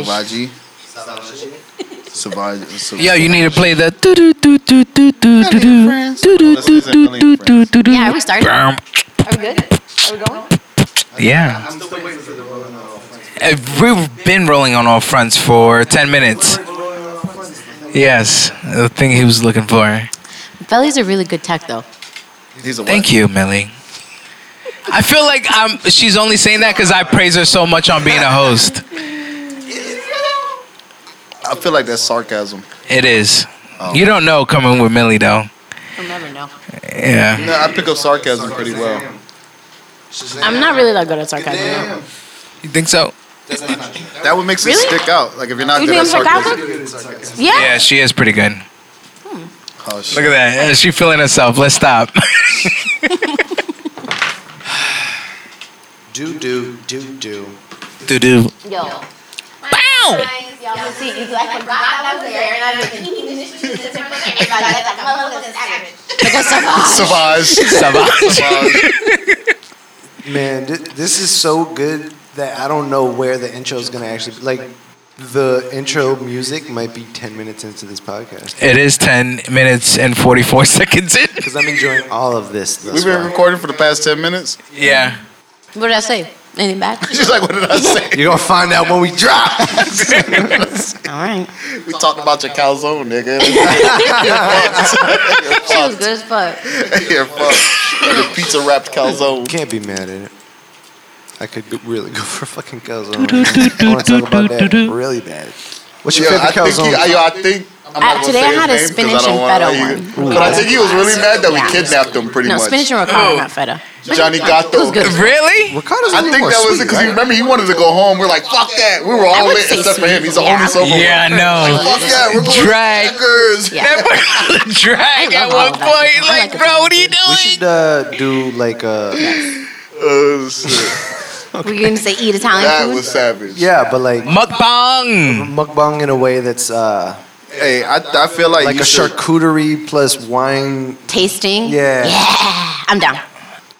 Savaji. Savage. Savage. Yo, you need to play the do do do do do do do do friends. do do This do isn't do really do do do do. Yeah, are we starting? Are Bam. we good? Are we going? Yeah. I'm still waiting for the rolling off. Uh, We've been rolling on all fronts for 10 minutes. Yes, the thing he was looking for. Belly's a really good tech, though. He's a Thank you, Millie. I feel like I'm, she's only saying that because I praise her so much on being a host. I feel like that's sarcasm. It is. You don't know coming with Millie, though. You'll never know. Yeah. No, I pick up sarcasm pretty well. I'm not really that good at sarcasm. though. You think so? That what makes Really? it stick out. Like if you're not You good think at I'm sarcasm. sarcastic? Yeah. Yeah, she is pretty good. Oh, shit. Look at that. Yeah, She feeling herself. Let's stop. Do do do do. Do do. Yo. Bow. Y'all see, you like forgot I was there, and I didn't Savage. Savage. Savage. Man, th- this is so good that I don't know where the intro is gonna actually like. The intro music might be ten minutes into this podcast It is 10 minutes and 44 seconds in. because I'm enjoying all of this. Thus We've been far. recording for the past 10 minutes. Yeah. What did I say? Anything bad? She's like, what did I say? You're gonna find out when we drop. All right. We talked about your calzone, nigga. She was good as fuck. Your fuck. Your pizza wrapped calzone. Can't be mad at it. I could go- really go for fucking calzone. I want to talk about that really bad. What's Yo, your I favorite think, he, calzone? yo, I think. I'm not Uh, gonna today say I his had a name 'cause I spinach don't and wanna feta know you. one. But I think he was really mad that we Yeah. kidnapped him pretty No, much. spinach and Oh. ricotta, not feta. Johnny Gatto. was good. Really? Ricotta's a I little think more that was it sweet, because right? remember he wanted to go home. We're like, fuck that. We were all would lit say except for him. He's the sweet. only Yeah, sober Yeah, I one. know. Fuck yeah, we're going Drag. Jaggers. Yeah. That boy was a drag I at love one all that. I point. like Like, the bro, what are you We doing? should uh, do like uh, a Oh, shit. We're gonna say eat That Italian food. was savage. yeah, but like Mukbang. mukbang in a way that's uh, Hey, I, I feel like, like you a should- charcuterie plus wine. Tasting. Yeah. I'm down.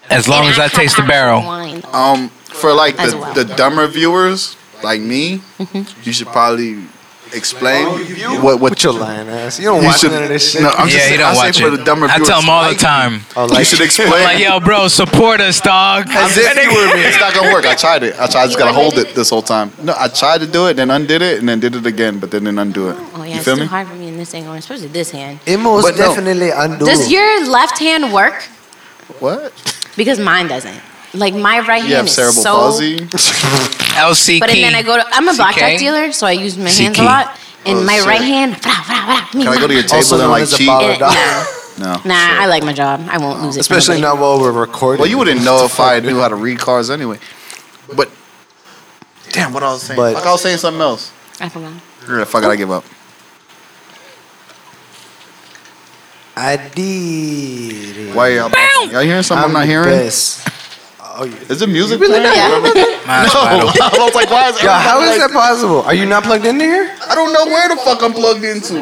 As long And as I have taste the actual barrel. Wine. Um, for like As the, well. Mm-hmm. the dumber viewers like me, you should probably explain what what With your lying ass. You don't you watch should. none of this shit. No, I'm just Yeah, you saying, I don't say watch for the it. dumber I viewers. tell him all the time. oh, You like, should explain. Like, yo, bro, support us, dog. As if you were me. It's not gonna work. I tried it. I tried. I just gotta hold it this whole time. No, I tried to do it, then undid it, and then did it again, but then didn't undo it. Oh yeah, you it's feel too me? hard for me in this angle, especially this hand. it most But no. definitely undo. Does your left hand work? What? Because mine doesn't. Like my right You have hand is so. cerebral palsy. LC But and then I go to. I'm a blackjack CK? dealer, so I use my hands CK. a lot. And Oh, my shit. right hand. Blah, blah, blah, Can I go to your table also and known like as a cheat? baller dog. No. Nah, I like my job. I won't lose it. for Especially nobody. not while we're recording. Well, you wouldn't know if I knew how to read cards anyway. But damn, what I was saying. But- Fuck, I was saying something else. I forgot. Yeah, fuck it, I give up. I did. it. Why y'all? Y'all hearing something I'm, not the hearing? best. Oh, yeah. Is the music playing? My No, I was like, why is Yo, everybody how is like- that possible? Are you not plugged in here? I don't know where the fuck I'm plugged into.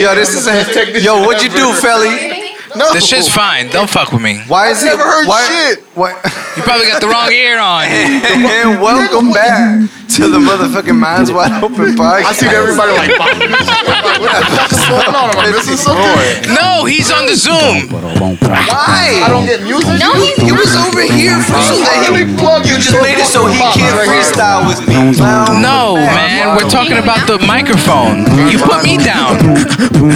Yo, this is a yo. What'd you do, Felly? No, This shit's fine. Don't fuck with me. Why is I it? never heard why, shit. Why, You probably got the wrong ear on. and welcome back to the motherfucking Minds Wide Open podcast. I see everybody like, what the fuck is going on? Am I missing something? No, he's on the Zoom. I Why? don't get music. No, he's It was over here for you. I That really plug you he just made it so he can't freestyle with me. No, man, we're talking about the microphone. You put me down.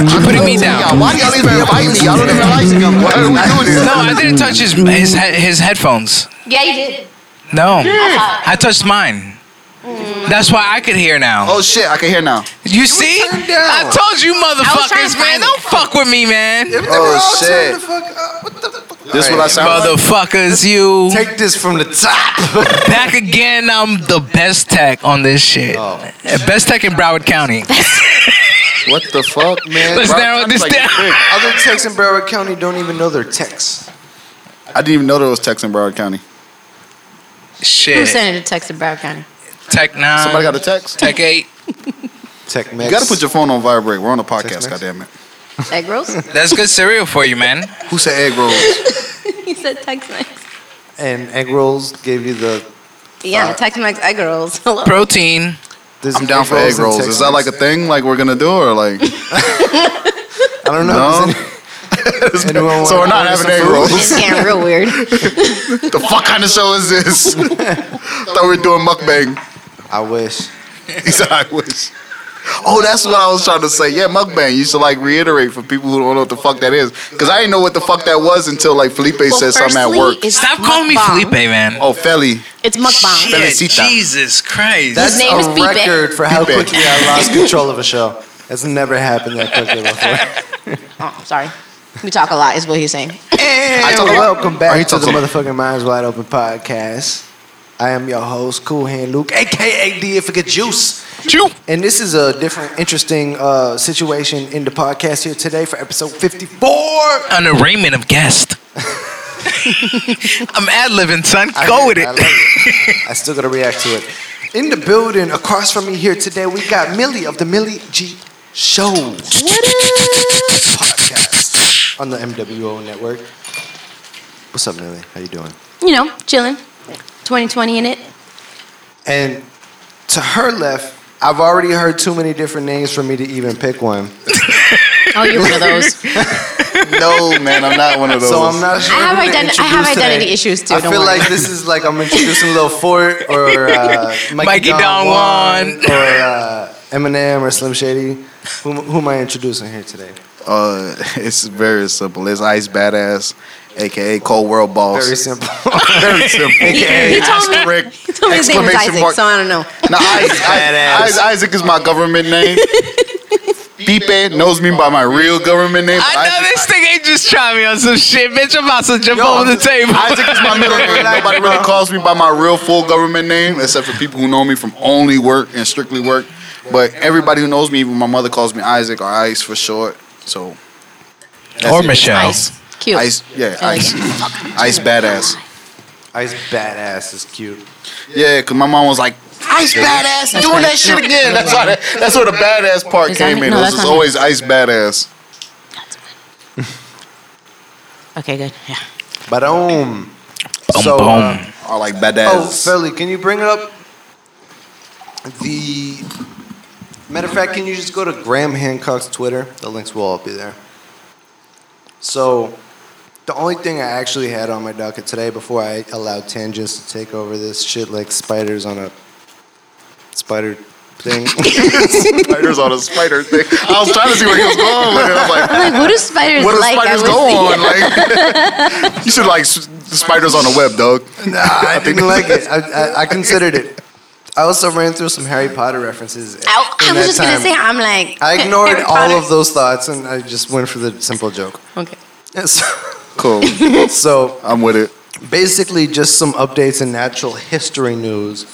You're putting me down. Why do y'all even invite me? Y'all don't even like me. Why are we doing No, this? I didn't touch his his, he- his headphones. Yeah, you did. No, I touched mine. That's why I could hear now. Oh shit, I can hear now. You see? turned down. I told you, was trying motherfuckers, to man. find it. Don't fuck with me, man. Oh shit. This what I sound like? Motherfuckers, you. Take this from the top. Back again, I'm the best tech on this shit. Best tech in Broward County. What the fuck, man? Let's Bro, narrow I'm this like, down. big. Other techs in Broward County don't even know their techs. I didn't even know there was Texan Broward County. Who Shit. sent it to text in Broward County? Tech 9. Somebody got a text? Tech 8. Tech You mechs. gotta put your phone on vibrate. We're on a podcast, Text message. goddammit. Egg rolls? That's good cereal for you, man. Who said egg rolls? he said text mix. and egg rolls gave you the Yeah, Tex Mex egg rolls. Hello. Protein. There's I'm down for egg rolls. Is that like a thing? Like we're gonna do or like? I don't know. No. Does any- anyone So we're wanna not having order some egg food? rolls. It's getting real weird. The fuck kind of show is this? Thought we were doing mukbang. I wish. He said, I wish. Oh, that's what I was trying to say. Yeah, mukbang. You should like reiterate for people who don't know what the fuck that is, because I didn't know what the fuck that was until like Felipe said something at firstly, work. it's Stop calling me mukbang. Felipe, man. Oh, Feli. It's mukbang. Shit, Felicita. Jesus Christ. That's name a is Pipe. record for how Pipe. quickly I lost control of a show. That's never happened that quickly before. Oh, sorry. We talk a lot, is what he's saying. I And told him- welcome Oh, he back to told the him. motherfucking Minds Wide Open podcast. I am your host, Cool Hand Luke, aka Deifica Juice. you. And this is a different, interesting uh, situation in the podcast here today for episode 54. An arraignment of guest. I'm ad libbing, son. Go with I, love it. it. I still gotta react to it. In the building across from me here today, we got Millie of the Millie G Show podcast on the MWO network. What's up, Millie? How you doing? You know, chilling. 2020 in it. And to her left, I've already heard too many different names for me to even pick one, Oh, you're one of those. No, man, I'm not one of those. so I'm not sure. I have who to identi- I have introduce today. identity issues too, I don't feel worry. like this is like I'm introducing Lil Fort or uh, Mikey, Mikey Don, Don Juan Juan. or uh, Eminem or Slim Shady. Who, who am I introducing here today? Uh, it's very simple. It's Ice Badass, aka Cold World Boss. Very simple. Very simple. He told me- Rick, He told me his name is exclamation Isaac, mark. so I don't know. No, Isaac, Badass. Isaac, Isaac is my government name. Pipe knows me by my real government name. I know Isaac- this thing ain't just trying me on some shit, bitch. I'm about to jump Yo, over the table. Isaac is my middle name. Nobody really calls me by my real full government name, except for people who know me from only work and strictly work. But everybody who knows me, even my mother calls me Isaac or Ice for short. So that's or it. Michelle. Ice. Cute. Ice, yeah, I like Ice, Ice badass. Ice badass is cute. Yeah, cause my mom was like, "Ice badass, doing that shit again." That's how that, that's where the badass part Is that came me? in. No, it was that's just not me. always Ice badass. Okay, good. Yeah. Badom. Boom, So, boom. uh, Or like oh, badass. Philly, can you bring up the? Matter of fact, can you just go to Graham Hancock's Twitter? The links will all be there. So, the only thing I actually had on my docket today before I allowed tangents to take over this shit like spiders on a spider thing. spiders on a spider thing. I was trying to see where he was going with it. I was like, I'm like, what do spiders What do like? spiders I was- go on? Like, you should like s- spiders on the web, dog. Nah, I didn't like it. I, I, I considered it. I also ran through some Harry Potter references. I, I in was that just going to time. say, I'm like. I ignored Harry all of Potter. those thoughts and I just went for the simple joke. Okay. So, Cool, so I'm with it. basically, just some updates in natural history news.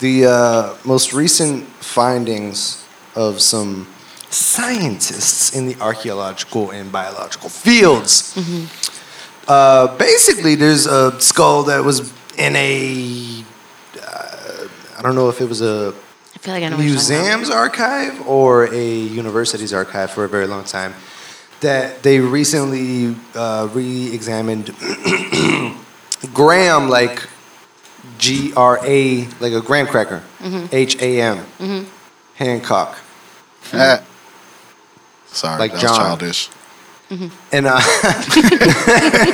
The uh, most recent findings of some scientists in the archaeological and biological fields. Uh, basically, there's a skull that was in a. Uh, I don't know if it was a I feel like I know what you're talking about. museum's archive or a university's archive for a very long time that they recently uh, re-examined graham like g-r-a like a graham cracker Mm-hmm. h-a-m hancock Ah. Sorry, Like that John. was childish. and uh,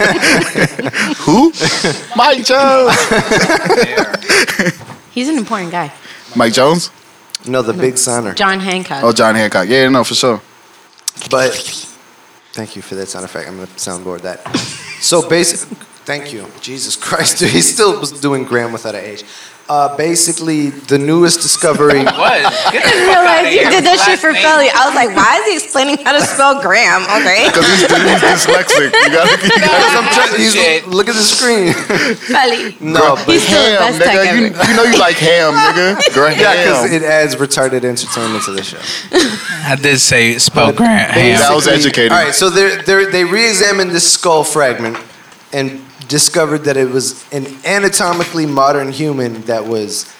Who? Mike Jones. He's an important guy. Mike Jones? no the big signer John Hancock. Oh, John Hancock. Yeah, no, for sure. But thank you for that sound effect. I'm gonna soundboard that. So basically, thank you. Jesus Christ, dude, he still was doing Graham without an H. Uh, basically, the newest discovery. What? Get I the fuck outta realized you here. did that shit Last for name. Philly. I was like, why is he explaining how to spell Graham? Okay. Because he's, he's dyslexic. You gotta, you gotta I'm trying- he's- Shit. look at the screen. Philly. No, but He's still the best tech nigga. You, ever. you know you like ham, nigga. Graham. yeah, because it adds retarded entertainment to the show. I did say spell Grant. That Ham. was educating. All right, so they're, they're, they re-examined this skull fragment and discovered that it was an anatomically modern human that was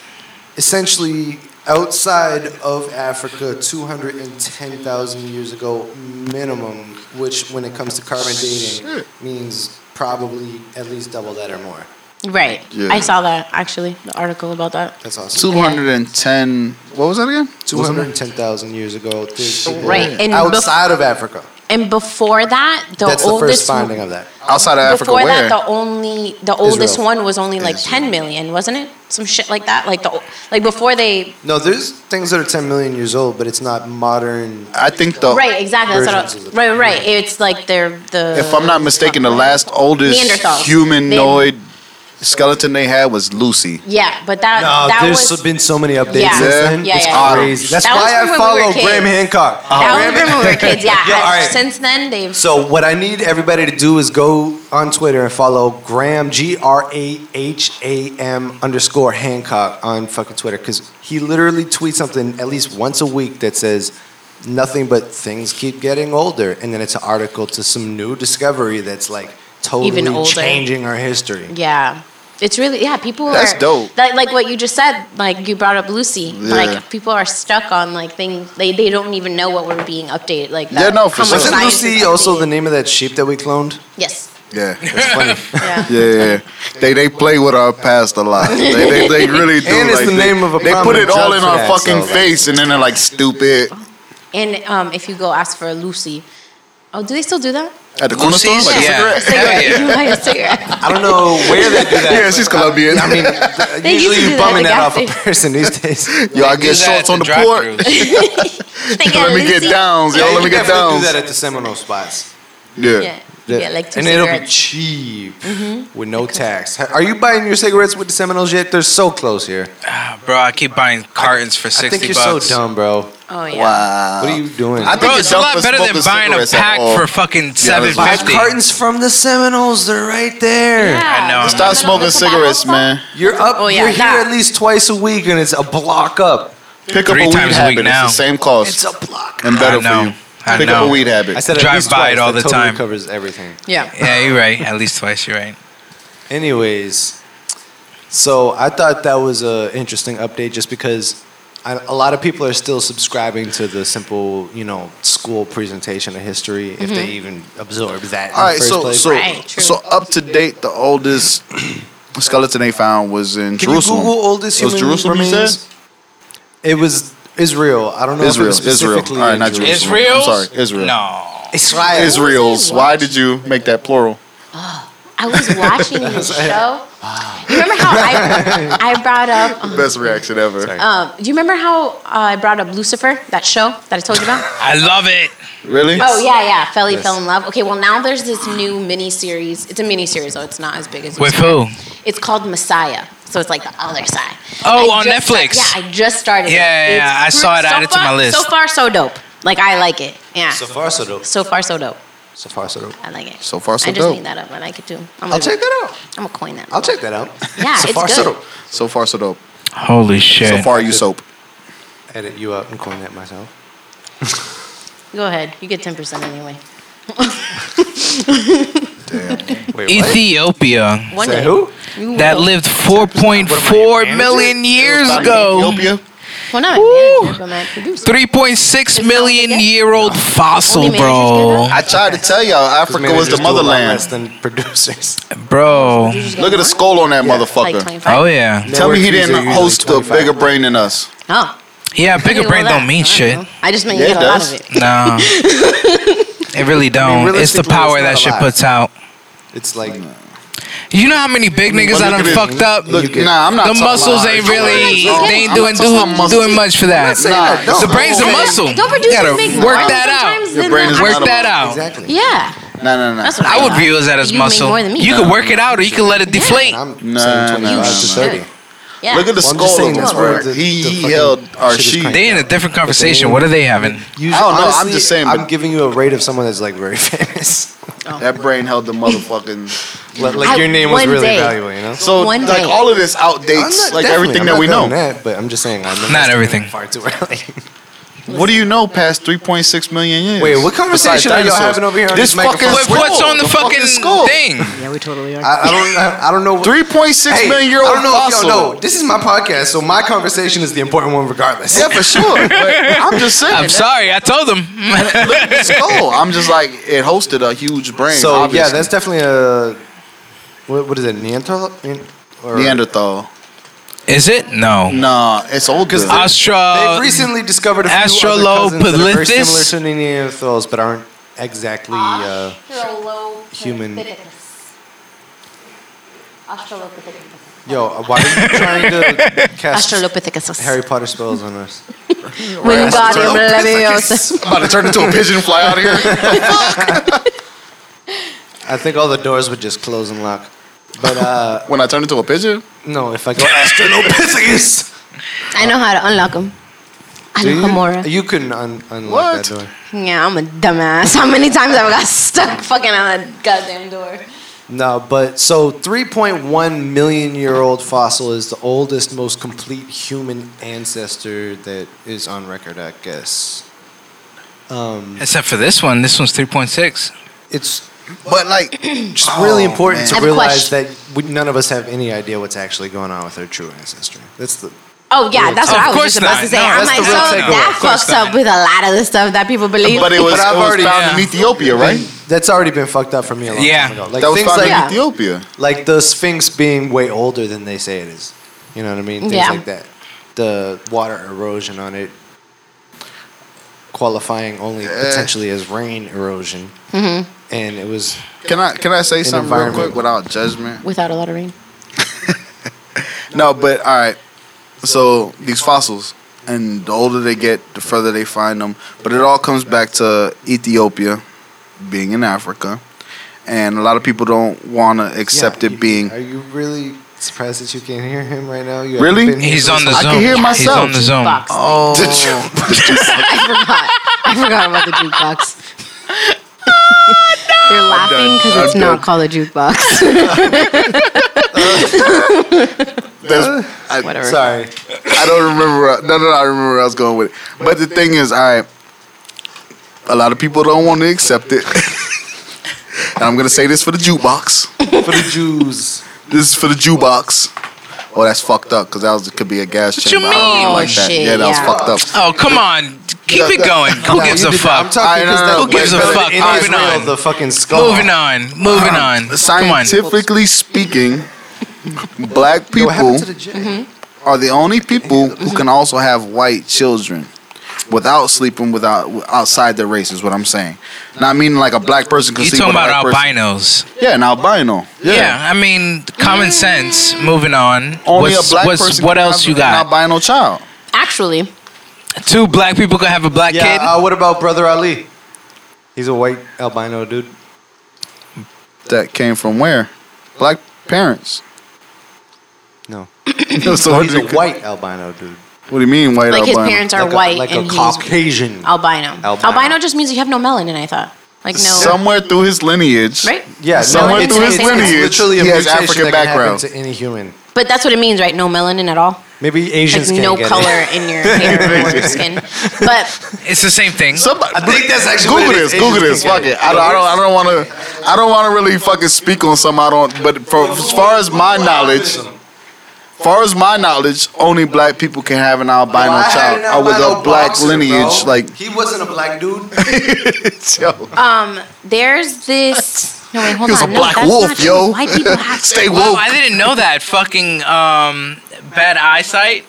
essentially outside of Africa 210,000 years ago minimum, which when it comes to carbon dating means probably at least double that or more. Right. Yeah. I saw that actually, the article about that. That's awesome. 210. What was that again? 210,000 years ago. there's people Right, and bef- Outside of Africa. And before that, the That's the oldest first finding of that. Outside of Africa, before that, where? the only the oldest Israel. one was only like 10 million, wasn't it? Some shit like that. Like the o- like before they No, there's things that are 10 million years old, but it's not modern. I think the. right exactly. That's Versions what of I, the- right, right. It's like they're the If I'm not mistaken, the last oldest Neanderthals. humanoid skeleton they had was Lucy. yeah, but that that there's was been so many updates Yeah. since Yeah. then. Yeah, it's yeah, yeah. crazy. That's That was why when I we follow were kids. Graham Hancock. that Graham was when we were kids. Yeah, Yo, all right. since then they've So what I need everybody to do is go on Twitter and follow Graham G R A H A M underscore Hancock on fucking Twitter because he literally tweets something at least once a week that says nothing but things keep getting older, and then it's an article to some new discovery that's like totally Even older. changing our history. Yeah. It's really yeah. People That's are dope. That, like what you just said. Like you brought up Lucy. Yeah. Like people are stuck on like things. They they don't even know what we're being updated. Like that, Yeah, no, for how much sure. Wasn't science is Lucy also updated. the name of that sheep that we cloned? yes. Yeah. That's funny. Yeah. Yeah, yeah. They they play with our past a lot. They they, they really do. And it's like, the they, name of a They put prominent it all drug in for our that, fucking so- face, and then they're like stupid And um, if you go ask for a Lucy, oh, do they still do that? at the corner store, Lucy's? like a Yeah. cigarette. Cigarette. yeah. You buy a cigarette. I don't know where they do that. Yeah, she's Colombian. I mean, th- They used usually to you're do that at bumming the that gas off a station. person these days. yo, I They do get that shorts at on the drive-thrus. port. They get Let me Lucy. get downs, yo. Yeah, Let me you get definitely downs. do that at the Seminole spots. Yeah. Yeah. You get like two and it'll be cigarettes. Mm-hmm. cheap with no tax. Ha- Are you buying your cigarettes with the Seminoles yet? They're so close here. Ah, bro, I keep buying cartons for I sixty think you're bucks. so dumb, bro. oh yeah. Wow. What are you doing? I think Bro, Oh. you're it's a dumb lot for better than smoking buying a cigarettes at pack all. for fucking seven that's Buy fifty. cartons from the Seminoles. They're right there. Yeah. I know. Stop smoking Little Cobalt cigarettes, stuff? man. You're up. Oh, yeah, you're here that. at least twice a week, and it's a block up. Pick up Three a weed times a habit. week It's now. the same cost. It's a block. and better I know. for you. I Pick up know. a weed habit. I said at Drive least by twice. it all That the totally time. Covers everything. Yeah. Yeah, you're right. At least twice, you're right. Anyways, so I thought that was an interesting update just because I, a lot of people are still subscribing to the simple, you know, school presentation of history if they Mm-hmm. even absorb that. in All the right, first so place. so Right, true. so up to date, the oldest skeleton they found was in Can you Jerusalem. Google oldest It was human Jerusalem you remains? said? it was Israel. I don't know Israel, if it was Israel. specifically All right, not in Jerusalem. Israel? I'm sorry, Israel. No. Israel. Israel's. Why did you make that plural? I was watching this show. You remember how I I brought up um, Best reaction ever. Um, do you remember how uh, I brought up Lucifer, that show that I told you about? I love it. Really? Oh yeah, yeah. Felly Yes. fell in love. Okay, well now there's this new mini series. It's a mini series, though it's not as big as. With Lucifer. who? It's called Messiah, so it's like the other side. Oh, I on just- Netflix. yeah, I just started. it. Yeah, yeah, yeah. It's I saw it, I so added to my far- list. So far, so dope. Like I like it. Yeah. So So, far, so dope. far, so dope. So far, so dope. I like it. So far, so I just dope. made that up. I like it too. I'm I'll check that out. I'm gonna coin that. I'll check that out. Yeah, so it's far, good. so dope. So far, so dope. Holy So shit. far, you soap. Edit you up and coin that myself. Go ahead. You get ten percent anyway. Wait, what? Ethiopia One Say day. who? You that will. lived 4.4 million years ago. Ethiopia. Well, not Woo! my manager, but my producer. 3.6 million year old fossil, Only managers bro. get I tried to tell y'all, Africa was Managers the do a lot motherland. less than producers. Bro. Look at the skull on that Like motherfucker. 25. Oh, yeah. Tell me he Network fees are didn't usually host a 25. bigger brain than us. Oh. Yeah, bigger Well, brain that- don't mean I shit. know. I just mean Yeah, you it get a lot does. of it. Nah. It really don't. it's the realistically, power it's not that shit alive. puts out. It's like You know how many big But niggas I look done at it. fucked up? Look, nah, I'm not The talking muscles about- ain't I'm really, not they ain't doing, talking about do, muscles. doing much for that. saying Nah, I don't. The brain's a Don't- muscle. Don't You producers gotta make work more that out. sometimes Your than brain the is act- not Work that out. exactly. Yeah. No, no, no. That's what I would thought. view it as You Make muscle. more than me. You could work it out or you could let it deflate. I'm Nah, saying 25 nah, nah. to 30. Yeah. Look at the Well, I'm skull just saying of that's him. where bro. the- He the he fucking held our shit is sheep. cranked. They in a different conversation. What are they having? You- I don't know, I'm honestly, just saying, I'm but- giving you a rate of someone that's like very famous. That brain held the motherfucking. like like I- your name was one really day. valuable, you know. So One like day. all of this I'm outdates not- like definitely, everything I'm that not we know. doing That, but I'm just saying, I'm Not everything. Far too early. What do you know past 3.6 million years? Wait, what conversation Besides are y'all dinosaurs. having over here on This this microphone? fucking What- what's on the, fucking, skull? thing? yeah, we totally are. I, I don't. I, I don't know. what- 3.6 Hey, million year old I don't know if fossil. y'all know. This is my podcast, so my conversation is the important one, regardless. Yeah, for sure. But I'm just saying. I'm sorry, I told them. Look at the skull. I'm just like it hosted a huge brain. So yeah, obviously. that's definitely a What, what is it? Neanderthal? Ne- or- Neanderthal. Is it? No. Nah, it's older. Austro. They've recently discovered a few other cousins that are very similar Australopithecus? to Neanderthals, but aren't exactly. Ah. Uh, human- Australopithecus. yo, why are you trying to cast Australopithecus. Harry Potter spells on us? Wingardium Leviosa. I'm about to turn into a pigeon and fly out of here. I think all the doors would just close and lock. But uh, when I turn into a pigeon? no, if I go Australopithecus, I know how to unlock him. I Do know Gamora. you, you couldn't un- unlock What? that door. Yeah, I'm a dumbass. How many times have I got stuck fucking on a goddamn door? No, but so 3.1 million year old fossil is the oldest, most complete human ancestor that is on record, I guess. Um, Except for this one. This one's 3.6. It's But like, just really important I to have a realize question. that we, none of us have any idea what's actually going on with our true ancestry. That's the Oh yeah, that's what Of I was course just about not. to say. No, I'm that's like, the so real takeaway. Of that course fucks up not. with a lot of the stuff that people believe. but it was, But I've it was already- found yeah. in Ethiopia, right? that's already been fucked up for me a long Yeah. time ago. Like that was things found like in Yeah. Ethiopia. like the Sphinx being way older than they say it is. You know what I mean? Things Yeah. like that. The water erosion on it qualifying Eh. only potentially as rain erosion. Mm-hmm. And it was Can I can I say something real environment. quick without judgment? without a lot of rain. No, but all right. So these fossils, and the older they get, the further they find them. But it all comes back to Ethiopia being in Africa, and a lot of people don't want to accept Yeah, you- it being. Are you really surprised that you can't hear him right now? You Really? haven't been He's here on the I zone. can hear He's myself. on the zone. Jukebox. Oh, I forgot. I forgot about the jukebox. They're laughing because it's I'm not done. called a jukebox. that's, I, Whatever. Sorry. I don't remember. No, no, no, I remember where I was going with it. But the thing is, all right, a lot of people don't want to accept it. and I'm going to say this for the jukebox. For the Jews. This is for the jukebox. Oh, that's fucked up because that was, could be a gas you chamber. I don't mean? like that. Shit, yeah, that yeah. was fucked up. Oh, come on. Keep it going. Who No, gives you a did- fuck? I'm talking I- no, no, no, because that Who gives a but fuck? In Moving Israel, on. the fucking skull. Moving on. Moving on. Come on. Scientifically speaking, black Yo, What happened people to the J? are the only people who can also have white children without sleeping without outside their race is what I'm saying. Not meaning like a black person can You sleep talking with a about white person. albinos? Yeah, an albino. Yeah. I mean common sense. Moving on. Only What's- a black what's- person. What can else have you got? An albino child. Actually, Two black people can have a black Yeah, kid. uh, what about Brother Ali? He's a white albino dude. That came from where? Black parents. No. so He's a white albino dude. What do you mean white like his albino? parents are Like a- white like a and he's Oh. Caucasian. albino. Albino. albino. just means you have no melanin. I thought, like no, Somewhere through his lineage. right? yeah, no, Somewhere it's- through his it's- lineage, it's literally a he has mutation African that can happen background. to any human. But that's what it means, right? No melanin at all. Maybe Like Asians can no get color It. in your hair or your skin. But It's the same thing. Somebody, I think that's actually Google what it this. is. Google Asians this. can Fuck get it. I don't. I don't. I don't want to. I don't want to really fucking speak on some. I don't. But for, as far as my knowledge, far as my knowledge, only black people can have an albino child or with a black lineage. Like he wasn't a black dude. yo, um, there's this. No wait, hold He was on. a no, black that's wolf, not true. yo. White people have stay Wow, woke. Oh, I didn't know that. Fucking um, bad eyesight.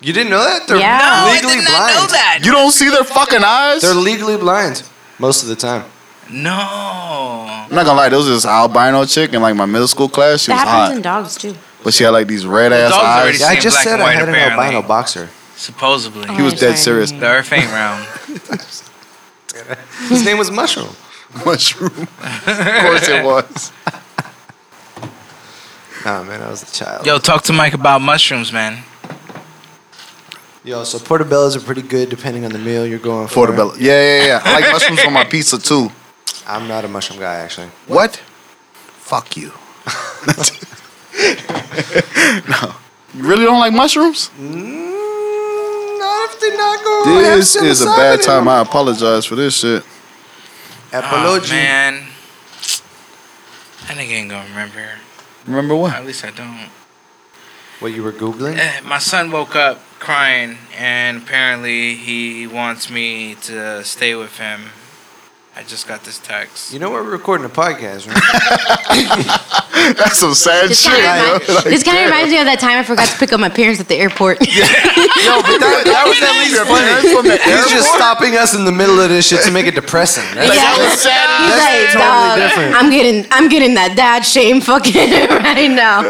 You didn't know that? They're Yeah. Oh, No, I legally I did not blind. know that. You don't see their fucking eyes. They're legally blind most of the time. No. I'm not gonna lie, there was this albino chick in like my middle school class. She That was happens hot, in dogs too. but she had like these red ass Dogs eyes. already Yeah, I Same just black said and I white, had an apparently. albino boxer. Supposedly. He was I'm dead sorry. serious. The Earth ain't round. His name was Mushroom. Mushroom. of course it was. Nah, man, I was a child. Yo, talk to Mike about mushrooms, man. Yo, so portobellos are pretty good depending on the meal you're going for. Portobello. Yeah, yeah, yeah. I like mushrooms on my pizza too. I'm not a mushroom guy, actually. What? Fuck you. no. You really don't like mushrooms? Not if they're not going This is a bad time. I apologize for this shit. Oh, Apology. man. That nigga ain't gonna remember. Remember At what? least I don't. What you were googling? Eh, My son woke up crying, and apparently he wants me to stay with him. I just got this text. You know we're recording a podcast, right? That's some sad This shit. kind, yo. of remind, this kind of reminds me of that time I forgot to pick up my parents at the airport. No, but that, that was at least funny. From the He's just stopping us in the middle of this shit to make it depressing. That's, That was He's sad. like, totally "Dog, different." I'm getting, I'm getting that dad shame fucking right now.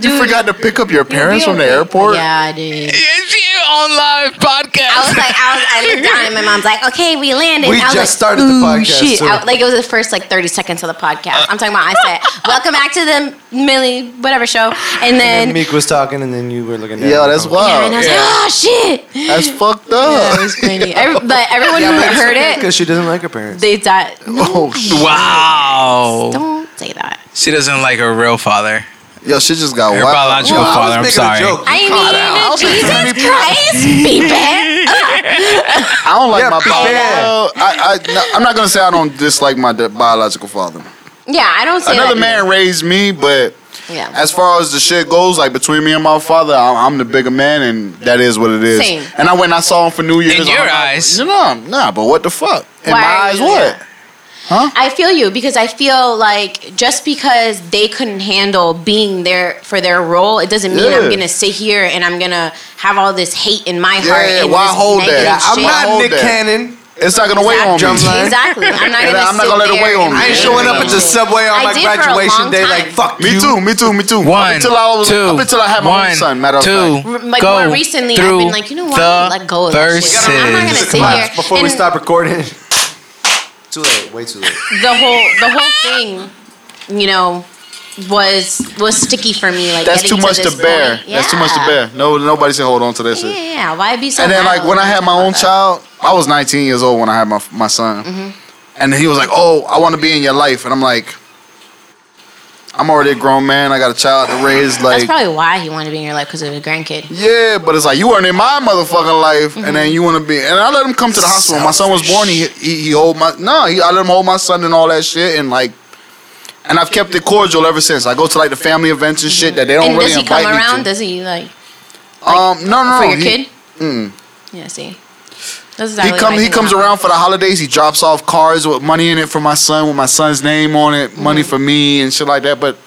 Dude, You forgot to pick up you'll your be parents from the okay. airport? Yeah, I did. It's you on I live was podcast. like, I was, I looked down and my mom's like, okay, we landed. We I was just like, started the "Ooh, podcast, Shit. so- I- like it was the first like 30 seconds of the podcast. I'm talking about, I said, welcome back to the Millie, whatever show. And and then, Meek was talking, and then you were looking. at Yeah, him. that's Yeah, and I wild. was like, oh shit. That's fucked That up. was funny. Every, but everyone Yeah, who heard it, because she doesn't like her parents. they thought, Oh, shit. wow. don't say that. She doesn't like her real father. Yo, shit just got Her wild. biological Well, Oh, I was father. I'm making a sorry. joke. I mean, Jesus Beep. Christ, beep it. I don't like Yeah, my beep biological. it. I, I, no, I'm not gonna say I don't dislike my di- biological father. Yeah, I don't say Another that. man raised me, but Yeah. as far as the shit goes, like between me and my father, I, I'm the bigger man, and that is what it is. Same. And I went, and I saw him for New Year's. In your I'm like, eyes. you know, nah, but what the fuck? In Why my are eyes, you- what? yeah. I feel you because I feel like just because they couldn't handle being there for their role, it doesn't mean Yeah. I'm gonna sit here and I'm gonna have all this hate in my heart. yeah, and why this hold that? negative Yeah, I'm shit. Why hold not Nick that? Cannon. It's not gonna weigh on me. Drumline. Exactly. I'm not Yeah, gonna. I'm not sit gonna let it there weigh on and me. I ain't be- showing up at the subway on I my did for a graduation long day time. like fuck Me you. too, me too, me too. Up One, until I was, two, up until I had my own one, son. Matter of two, fact, Like, go more recently, I've through been like, you know what? the Let go of that shit. verses. I'm not gonna sit Claps here. Before we And- stop recording. Too late. Way too late. the whole the whole thing, you know, was was sticky for me. Like that's getting too much to, this bear. point. That's too much to Yeah. bear. No, nobody said hold on to that Yeah, shit. yeah, yeah. Why be so? And then mad like when I all the had time my about own that? child, I was 19 years old when I had my my son, Mm-hmm. and he was like, "Oh, I want to be in your life," and I'm like, "I'm already a grown man. I got a child to raise." That's Like, probably why he wanted to be in your life because of the grandkid. yeah, but it's like you weren't in my motherfucking life, Mm-hmm. and then you want to be. And I let him come to the hospital. My son was born. He he, he hold my no. He, I let him hold my son and all that shit, and like. And I've kept it cordial ever since. I go to like the family events and shit that they don't Mm-hmm. and really does he invite come me around? to. Does he like um, no, no, for no, your he- Mm. kid? Yeah. See. That's exactly he what comes I he think comes about. around for the holidays. He drops off cards with money in it for my son, with my son's name on it, money for me and shit like that. But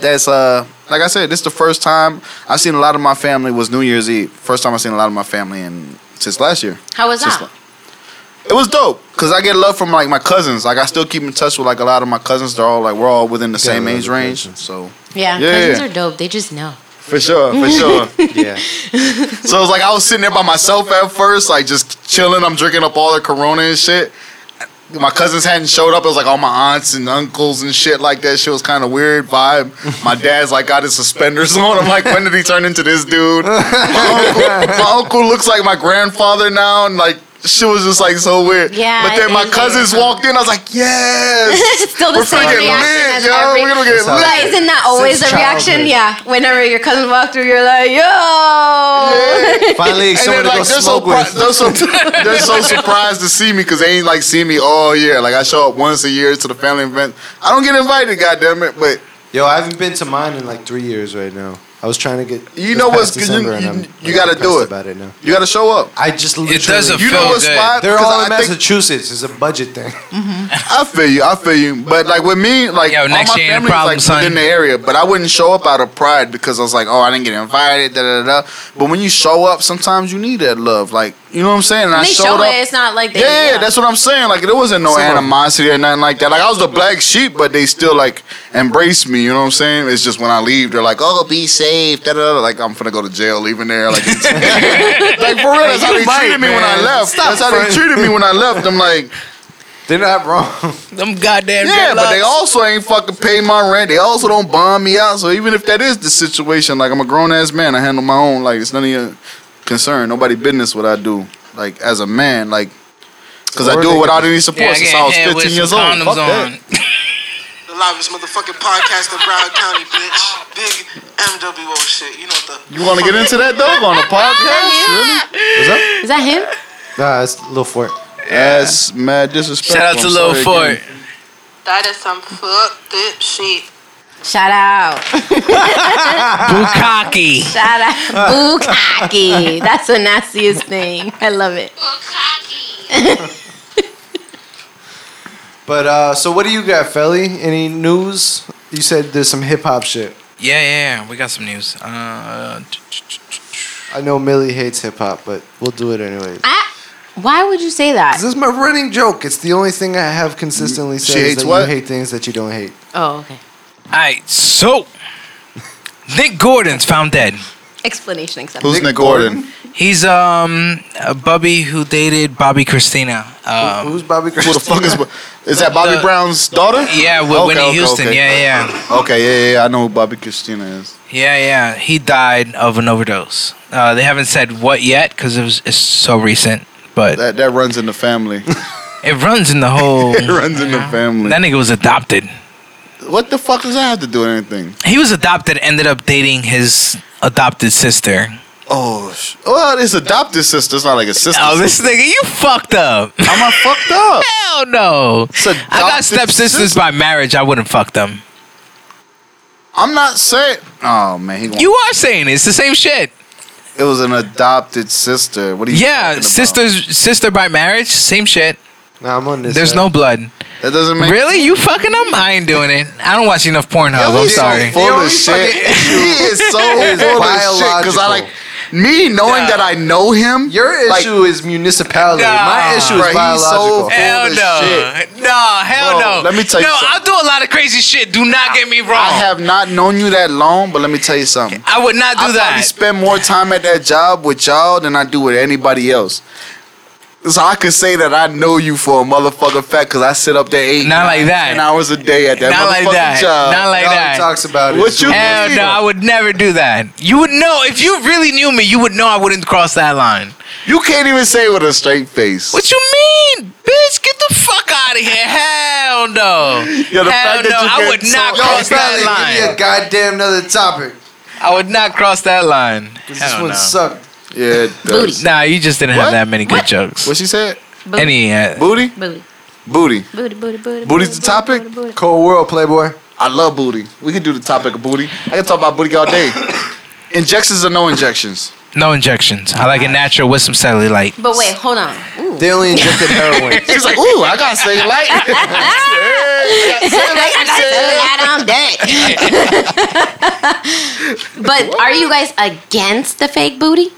that's uh, like I said, this is the first time I've seen a lot of my family was New Year's Eve. First time I've seen a lot of my family in since last year. How was Just that? It was dope because I get love from like my cousins. Like I still keep in touch with like a lot of my cousins. They're all like we're all within the same love age the range. cousins. So Yeah, Yeah, cousins yeah. are dope. They just know. for sure, for sure. Yeah. So it was like I was sitting there by myself at first, like just chilling. I'm drinking up all the Corona and shit. My cousins hadn't showed up. It was like all my aunts and uncles and shit like that. Shit was kind of weird vibe. My dad's like got his suspenders on. I'm like, when did he turn into this dude? My uncle, my uncle looks like my grandfather now, and like shit was just like so weird. Yeah, But then it my is cousins weird. walked in. I was like, yes, It's still the we're same gonna get reaction lit, as yo. every. We're gonna get That's how lit. Right, isn't that always Since the reaction? childhood. Yeah. Whenever your cousin walks through, you're like, yo. Finally, And someone then, to go like, they're so, smoke with. pri- they're, so, they're so surprised to see me because they ain't like seen me all year. Like I show up once a year to the family event. I don't get invited, goddamn it. But Yo, I haven't been to mine in like three years right now. I was trying to get. You this know past what's good, you- December, and you- I'm, you like, gotta depressed do it. about it now. you got to show up. I just It literally. doesn't You know feel what's good. fine? They're 'Cause all I in think- Massachusetts. It's a budget thing. I feel you. I feel you. But like with me, like Yo, all my next year ain't a family's problem, like son. within the area, but I wouldn't show up out of pride because I was like, oh, I didn't get invited. Da da da. da. But when you show up, sometimes you need that love. Like you know what I'm saying? And I they showed show up. it. It's not like they. Yeah, that's what I'm saying. Like there wasn't no Some of- animosity or nothing like that. Like I was the black sheep, but they still like embraced me. You know what I'm saying? It's just when I leave, they're like, "Oh, be safe." Da, da, da. Like I'm finna go to jail leaving there. Like, it's, like for real, that's how they You might, treated me when I man. left. Stop, that's how friend. they treated me when I left. I'm like, They're not wrong. Them goddamn yeah, but they dreadlocks. also ain't fucking pay my rent. They also don't bond me out. So even if that is the situation, like I'm a grown ass man, I handle my own. Like it's none of your concern. Nobody business what I do. Like as a man, like because I Or do they it could without just- any support Yeah, I since get I was hit with 15 some years old. condoms Fuck that. on. The loudest motherfucking podcast in Broward County, bitch. Big MWO shit. You know what the. You want to get into that dog on a podcast? Really? What's up? is that him? Nah, it's Lil Fort. That's mad disrespect. Shout out to I'm Lil sorry Fort. again. That is some fucked up shit. Shout out. Bukaki. Shout out. Bukkake. That's the nastiest thing. I love it. But uh, so what do you got, Felly? Any news You said there's some hip hop shit. Yeah, yeah, yeah. We got some news. Uh, I know Millie hates hip hop, but we'll do it anyway. I, why would you say that? This is my running joke. It's the only thing I have consistently said is hates that what? you hate things that you don't hate. Oh, okay. all right, so Nick Gordon's found dead. Explanation accepted. Who's Nick, Gordon? He's um a Bubby who dated Bobby Christina. Um, Who's Bobby Who the Christina? fuck is? Is that Bobby The- Brown's daughter? yeah, with Whitney Houston. Yeah, yeah, yeah. Okay, yeah, yeah. I know who Bobby Christina is. yeah, yeah. He died of an overdose. Uh, they haven't said what yet because it was it's so recent, but That that runs in the family. it runs in the whole. It runs in the family. That nigga was adopted. What the fuck does that have to do with anything? He was adopted. Ended up dating his adopted sister. Oh, sh- well, it's adopted sister. It's not like a sister. Oh, this nigga, you fucked up. Am I fucked up? Hell no. I got adopted stepsisters sister. by marriage. I wouldn't fuck them. I'm not saying. Oh man, he going You are saying it. it's the same shit. It was an adopted sister. What do you? Yeah, talking about? sisters, sister by marriage, same shit. Nah, I'm on this. There's side. no blood. That doesn't make. Really, you fucking them? I ain't doing it. I don't watch enough Pornhub. I'm He's so sorry. Full only of shit. fucking He is so full of shit because I like me knowing Nah. that I know him. Your like, issue is municipality. Nah. My issue is Bruh, he's so full biological. Hell of no. shit. No, hell Bro, no. let me tell you No, something. I'll do a lot of crazy shit. Do not get me wrong. I I, have not known you that long, but let me tell you something. would not do I probably that. spend more time at that job with y'all than I do with anybody else. So I could say that I know you for a motherfucking fact because I sit up there eight, Not like nine, that. ten hours a day at that Not like motherfucking that. job. Not like All he that. talks about is What you- Hell Yeah. no, I would never do that. You would know if you really knew me. You would know I wouldn't cross that line. you can't even say it with a straight face. What you mean, bitch? Get the fuck out of here! Hell no. Yo, the Hell fact that no, you I get would so- not Yo, cross Bradley, that Give me line. a goddamn another topic. I would not cross that line. 'cause Hell This one no. sucked. Yeah, it does. Booty. Nah, you just didn't have What? that many good What? jokes. What she said? Booty. Any? Uh, Booty? Booty. Booty. Booty, booty, booty. Booty's the topic? booty, booty. Cold world, Playboy. I love booty. We can do the topic of booty. I can talk about booty all day. injections or no injections? no injections. I like it natural with some cellulite. But wait, hold on. Ooh. They only injected heroin. She's like, ooh, I gotta say light. Adam Dick. but are you guys against the fake booty?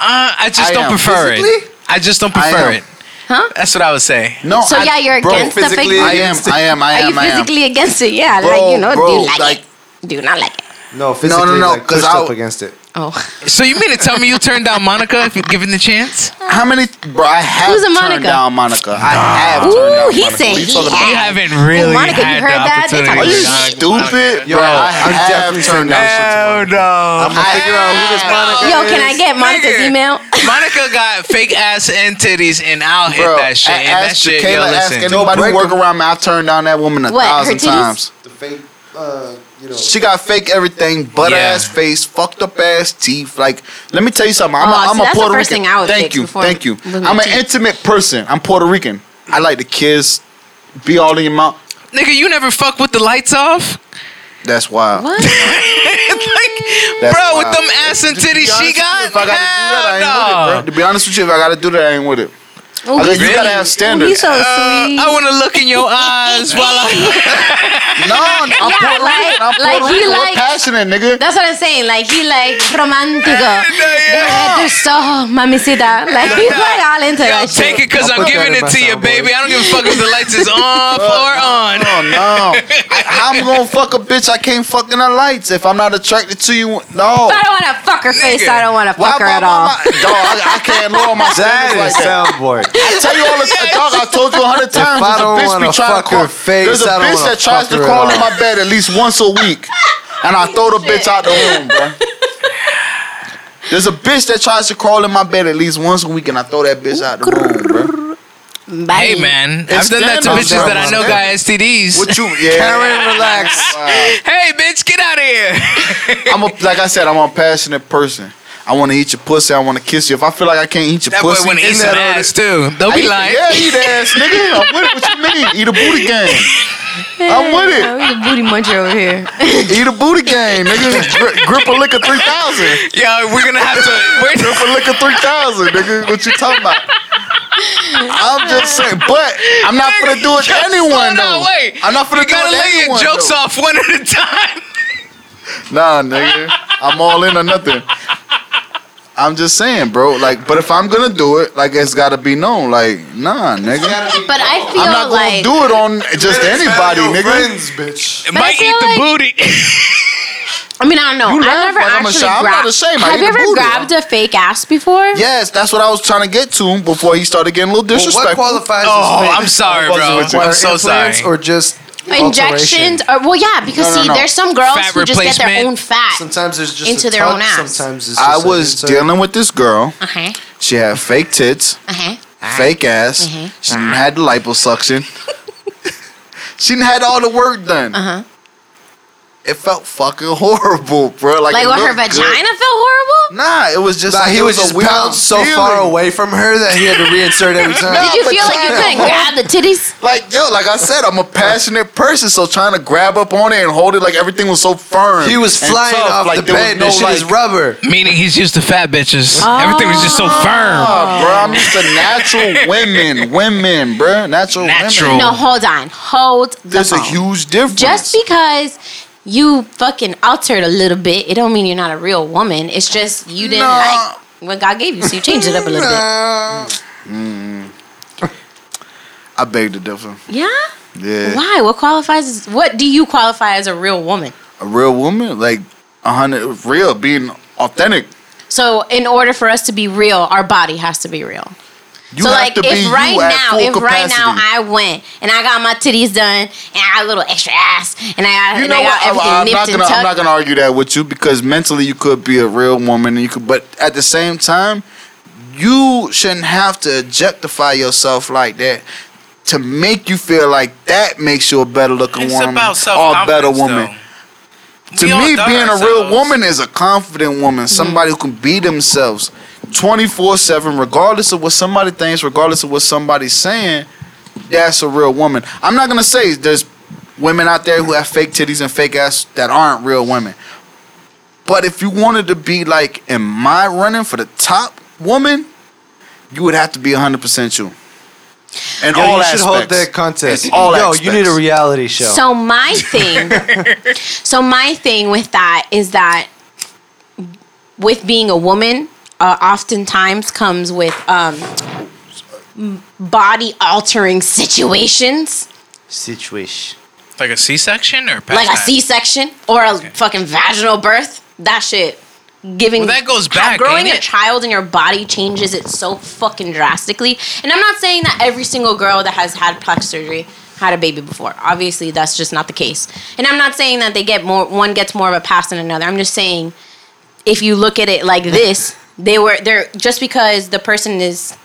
Uh, I just I don't am. prefer it. Physically? I just don't I prefer am. it. Huh? That's what I would say. No, So, yeah, you're bro, against the fake physically I am, against I am, I Are you am, I am. physically against it? Yeah, Bro, like you know, do bro, you like, like- it? Do you not like it? no, physically, no, no, no, no, like 'cause pushed I- up against it. Oh, So you mean to tell me you turned down Monica if you're given the chance? How many? Bro, I have Who's a turned Monica? down Monica. I have Ooh, turned down he Monica. said What are he you talking about? You had. haven't really Ooh, Monica, you had heard the that? They opportunity. Are talking- you stupid? Yo, bro, I I'm have definitely turned down some. Hell no. I'm gonna figure out who this Monica Yo, can I is. get Monica's Nigga. email? Monica got fake ass and titties, and I'll hit Bro, that shit. I And that asked shit, yo, Kayla, ask listen. anybody Don't who break work them. around me. I turned down that woman a What, her thousand titties? times. The fake, uh, you know. She got fake everything, butt Yeah. ass face, fucked up ass teeth. Like, let me tell you something. I'm, Oh, a, so that's I'm a the Puerto first Rican. thing I would thank fix you, before thank you. losing I'm my an teeth. intimate person. I'm Puerto Rican. I like to kiss, be all in your mouth. Nigga, you never fuck with the lights off? That's wild. What? like, That's bro, wild. with them ass and To be titties honest she with you, got? If I gotta do that, I ain't with it, bro. To Hell be honest with you, if I gotta do that, I ain't with it. Oh, he's I think you gotta Really? Ooh, have he's standards. so Uh, sweet. I want to look in your eyes while I. No, I'm yeah, Puerto Rican. like, I'm Puerto like he Rican. We're like. passionate, nigga. That's what I'm saying. Like he like romantico. Yeah. Oh. They're oh, so mamacita. Like he's like all into Yo, that take shit. it because I'll I'm put that giving in my it to you, soundboard. baby. I don't give a fuck if the lights is off or on. No, Oh, no. I, I'm gonna fuck a bitch. I can't fuck in the lights if I'm not attracted to you. No. I don't want to fuck her face. I don't want to fuck her at all. Dog, I, I can't lower my standards That like is that. soundboard. I tell you all the dog. I told you a hundred times. I don't there's a bitch wanna be trying fuck to crawl. her face, there's a I don't bitch wanna that tries fuck to her at crawl in all. my bed at least once a week, and I throw the bitch out the room, bro. There's a bitch that tries to crawl in my bed at least once a week, and I throw that bitch out the room, bro. Bye. Hey, man. I've done that to standards, bitches that I know bro. got STDs. What you? Yeah. Karen, relax. Hey, bitch, get out of here. I'm a, like I said, I'm a passionate person. I want to eat your pussy. I want to kiss you. If I feel like I can't eat your That boy pussy, want to eat some that other- ass, too. I Don't be eat- lying. Yeah, eat ass, nigga. I'm with it. What you mean? Eat a booty game. I'm with it. He's a booty muncher over here. Eat a booty game, nigga. Gri- grip a liquor 3000. Yo, we're gonna have to. We're, Grip a liquor 3000, nigga. What you talking about? I'm just saying, but I'm not gonna do it to anyone though. I'm not gonna you do it gotta to lay anyone. your jokes though. off one at a time. Nah, nigga, I'm all in or nothing. I'm just saying, bro. Like, but if I'm gonna do it, like, it's gotta be known. Like, nah, nigga, But I feel I'm not gonna like do it on just anybody, Tell your nigga. Friends, bitch. I Might eat feel the like- booty. I mean I don't know. You I've laugh never like I'm actually ashamed. I'm not grabbed. ashamed. I Have eat you a ever booty. grabbed a fake ass before? Yes, that's what I was trying to get to before he started getting a little Well, what disrespectful. qualifies Oh, as fake? I'm sorry, bro. fucking with you. I'm so Implants sorry. Or just Injections alteration? or well yeah, because No, no, see no. there's some girls Fat who just get their replacement. own fat. Sometimes it's just Into a their own touch, ass. Sometimes it's I just was an insert. dealing with this girl. Uh-huh. She had fake tits, Uh-huh. fake ass. Mm-hmm. She didn't had the liposuction. she didn't had all the work done. Uh-huh. It felt fucking horrible, bro. Like, Like it what her looked vagina good. felt horrible? Nah, it was just Nah, like he it was a just weird bounced so far feeling. away from her that he had to reinsert every time. Did you feel like you couldn't grab the titties? Like yo, like I said, I'm a passionate person, so trying to grab up on it and hold it like everything was so firm. He was and flying tough, off like, the there was bed. no, this shit is like- rubber. Meaning he's used to fat bitches. Everything was just so firm. Nah, bro, I'm used to natural women, women, bro, natural, Natural. women. No, hold on. Hold the There's a phone. huge difference. just because you fucking altered a little bit, it don't mean you're not a real woman. It's just you didn't Nah. like what God gave you, so you changed it up a little bit. Mm. I beg to differ. Yeah. Yeah, Why? What qualifies? As, what do you qualify as a real woman? a real woman, like a hundred real, being authentic. So, in order for us to be real, our body has to be real. You so, have like, to be if you right at now, full if right capacity. now I went and I got my titties done and I got a little extra ass and I got, You and know I got what? I'm, everything I'm nipped not gonna and tucked, I'm not gonna argue that with you because mentally you could be a real woman and you could, but at the same time, you shouldn't have to objectify yourself like that to make you feel like that makes you a better looking It's woman about or self better woman. To me, being a real woman is a confident woman, somebody who can be themselves 24 7, regardless of what somebody thinks, regardless of what somebody's saying. That's a real woman. I'm not gonna say there's women out there who have fake titties and fake ass that aren't real women. But if you wanted to be like, am I running for the top woman? You would have to be 100% you. And Yo, all you should aspects. hold that contest. In all Yo, you aspects. need a reality show. So my thing, so my thing with that is that with being a woman, uh, oftentimes comes with um, body altering situations, Situation. Like a C-section or past like a that? C section or a fucking vaginal birth. That shit. Giving Well, that goes ha- back, Growing ain't a it? child and your body changes it so fucking drastically. And I'm not saying that every single girl that has had plastic surgery had a baby before. Obviously, that's just not the case. And I'm not saying that they get more. One gets more of a pass than another. I'm just saying, if you look at it like this, they were they're just because the person is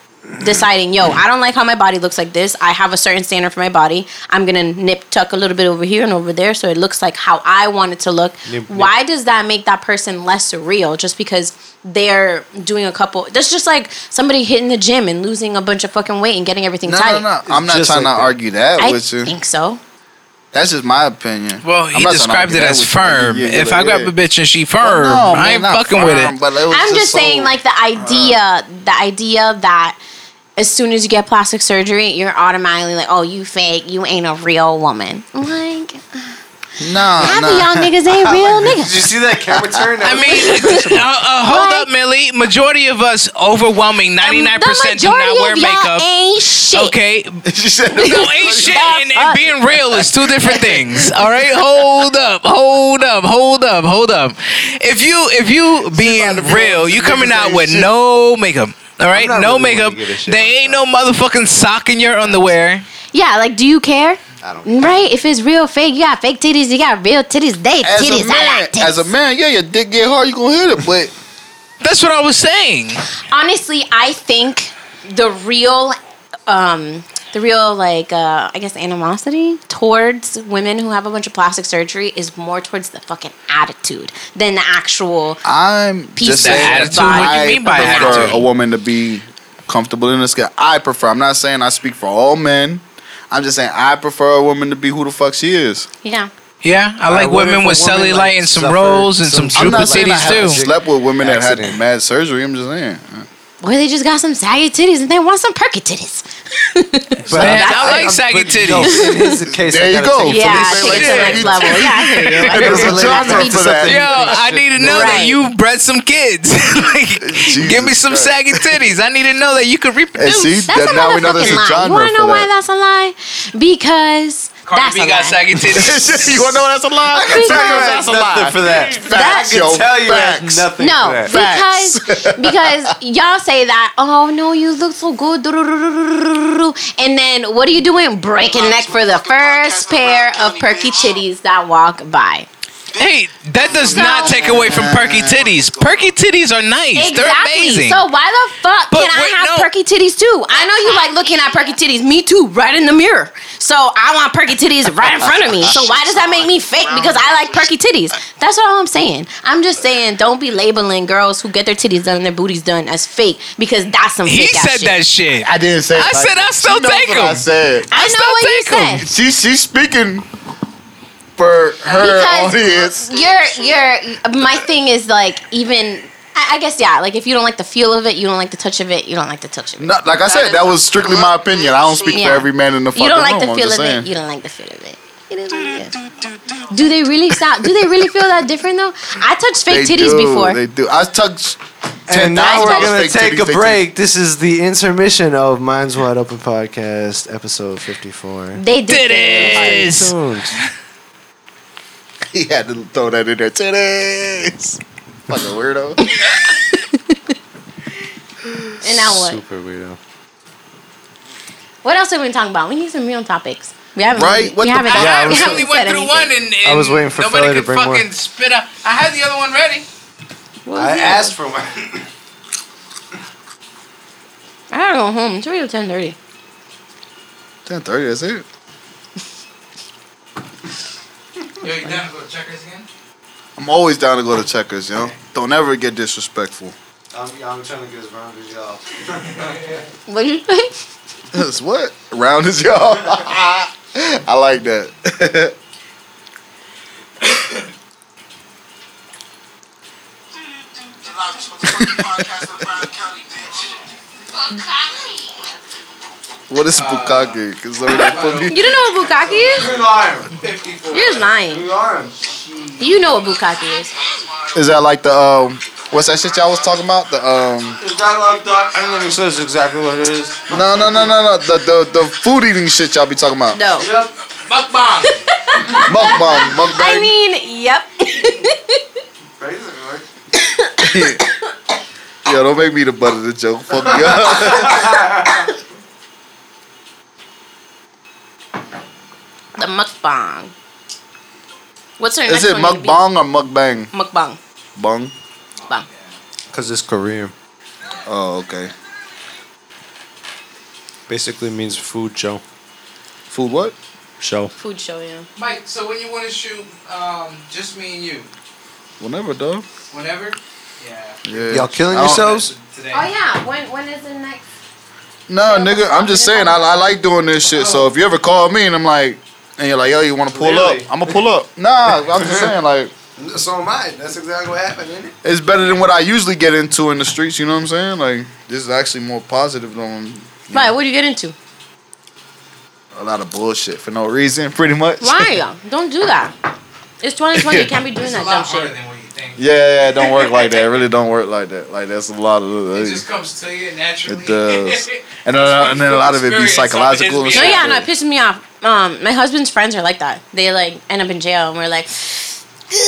deciding, yo, I don't like how my body looks like this. I have a certain standard for my body. I'm gonna nip tuck a little bit over here and over there so it looks like how I want it to look. Nip, nip. Why does that make that person less real just because they're doing a couple that's just like somebody hitting the gym and losing a bunch of fucking weight and getting everything No, tight. no, no. I'm It's not just trying like to that. argue that I with you. think so. That's just my opinion. Well, I'm he not described trying it to as argue that firm. with you. If Yeah, I grab yeah. a bitch and she firm, No, I man, ain't not fucking firm, with it. but it was I'm just so- uh, saying, like the idea, the idea that as soon as you get plastic surgery, you're automatically like, "Oh, you fake, you ain't a real woman." I'm like, nah, half nah. of y'all niggas ain't real niggas. Did you see that camera turn? I mean, uh, uh, hold up, Millie. Majority of us, overwhelming, ninety-nine percent, do not wear Um, of y'all makeup. Oh, ain't shit. Okay, she said no, ain't shit and, and fuck? being real is two different things. All right, hold up, hold up, hold up, hold up. If you if you being real, you coming out with no makeup. All right, not no really makeup. gonna give a shit There ain't no motherfucking sock in your underwear. Yeah, like, do you care? I don't Right? If it's real fake, you got fake titties. You got real titties. They as titties. a man, I like titties. as a man, yeah, your dick get hard, you gonna hit it, but That's what I was saying. honestly, I think the real, um, the real like uh, I guess animosity towards women who have a bunch of plastic surgery is more towards the fucking attitude than the actual. I'm Piece just of saying attitude. What do you I mean by prefer attitude? a woman to be comfortable in the skin. I prefer. I'm not saying I speak for all men. I'm just saying I prefer a woman to be who the fuck she is. Yeah, Yeah, I like Alright, women women with for women, cellulite like, and some suffered rolls and some some- I'm drupal not saying I titties haven't too. slept with women that Accident. had mad surgery. I'm just saying. Or they just got some saggy titties and they want some perky titties. But Man, I like saggy No, titties. in his case, I There you gotta go. take it So Yeah, they say take it like to the next that, level. Yeah, I hear you. I hear There's you. a genre for that. Yo, I need to know that Right. you bred some kids. like, give me some Christ. saggy titties. I need to know that you could And reproduce. see, That's that a now we know there's motherfucking lie. a genre You wanna for know why that. that's a lie? Because Cardi that's B a lie. got saggy titties. you wanna know that's a lie? Because- That's a lie. Nothing for that. Facts, yo. Tell you that's Facts. nothing. for No, that. Facts. because because y'all say that. Oh no, you look so good. And then what are you doing? Breaking neck for the first pair of perky titties that walk by. Hey, that does not So- take away from perky titties. Perky titties are nice. They're amazing. So why the fuck But can wait, I have no. perky titties too? I know you like looking at perky titties. Me too, right in the mirror. So I want perky titties right in front of me. So why does that make me fake because I like perky titties? That's all I'm saying. I'm just saying don't be labeling girls who get their titties done and their booties done as fake because that's some he fake ass said shit. that shit. I didn't say. it I like said that. I still She knows take what 'em. I said. I, still know what you take 'em. said. She she's speaking for her Because- audience. Your your my thing is like even I, I guess yeah like if you don't like the feel of it you don't like the touch of it you don't like the touch of it Not, like I said, that was strictly my opinion. I don't speak Yeah. for every man in the fucking you don't like room. the I'm feel of just saying. it you don't like the feel of it. It is what it is. Do they really sound? Do they really feel that different though? I touched fake They titties do, before. They do. I touched And now thousand we're dollars. gonna Fake take titties, a fake break. This is the intermission of Minds Wide Open podcast, episode fifty-four. They did Titties. Tuned. He had to throw that in there. Titties. Fucking weirdo. And now what? Super weirdo. What else have we been talking about? We need some real topics. We haven't. Right? Really, What we the haven't. fuck? Yeah, I we was- I only haven't went said through anything. one and, and I was waiting for nobody Fella to could bring fucking more. spit out. I had the other one ready. I asked for one. I gotta go home. It's already ten thirty. Ten thirty. That's it. Yo, you down to go checkers again? I'm always down to go to checkers, yo. Don't ever get disrespectful. I'm, I'm trying to get as round as y'all. What do you think? That's what? Round is y'all. I like that. The loudest motherfucking podcast in Brown County, bitch. what is bukkake? Because like, put me- You don't know what bukkake is? You lying? You're just lying. You lying? You know what bukkake is. is that like the um? What's that shit y'all was talking about? The um? Is that like that? I don't even say it's exactly what it is. No, no, no, no, no. The the, the food eating shit y'all be talking about. No. Mukbang. Mukbang, I mukbang. mean, yep. Basically. Yo, don't make me the butt of the joke. Fuck me up. the mukbang. What's her Is next it one gonna mukbang or mukbang? be? Mukbang. Bung. Bang. Because it's Korean. Oh, okay. Basically means food show. Food what? Show. Food show, yeah. Mike, so when you want to shoot, um, just me and you, Whenever, dog. whenever. Yeah. Yeah. Y'all killing I don't- yourselves? Today. Oh yeah. When when is the next? No, nigga, I'm just saying I, I like doing this shit. So if you ever call me and I'm like, and you're like, yo, you want to pull Really? up? I'ma pull up. Nah, I'm just saying like, So am I. That's exactly what happened, isn't it? it's better than what I usually get into in the streets. You know what I'm saying? Like, this is actually more positive than Right. What do you get into? a lot of bullshit for no reason, pretty much. Why y'all? Don't do that. It's 2020. You can't be doing It's a that lot dumb harder shit. than what you think. Yeah, yeah, it don't work like that. It really don't work like that. Like that's a lot of. It just comes to you naturally. It does. And then, and then a lot of it be Experience on his psychological and behalf. No, shit. yeah, no, it pisses me off. Um, my husband's friends are like that. They like end up in jail, and we're like,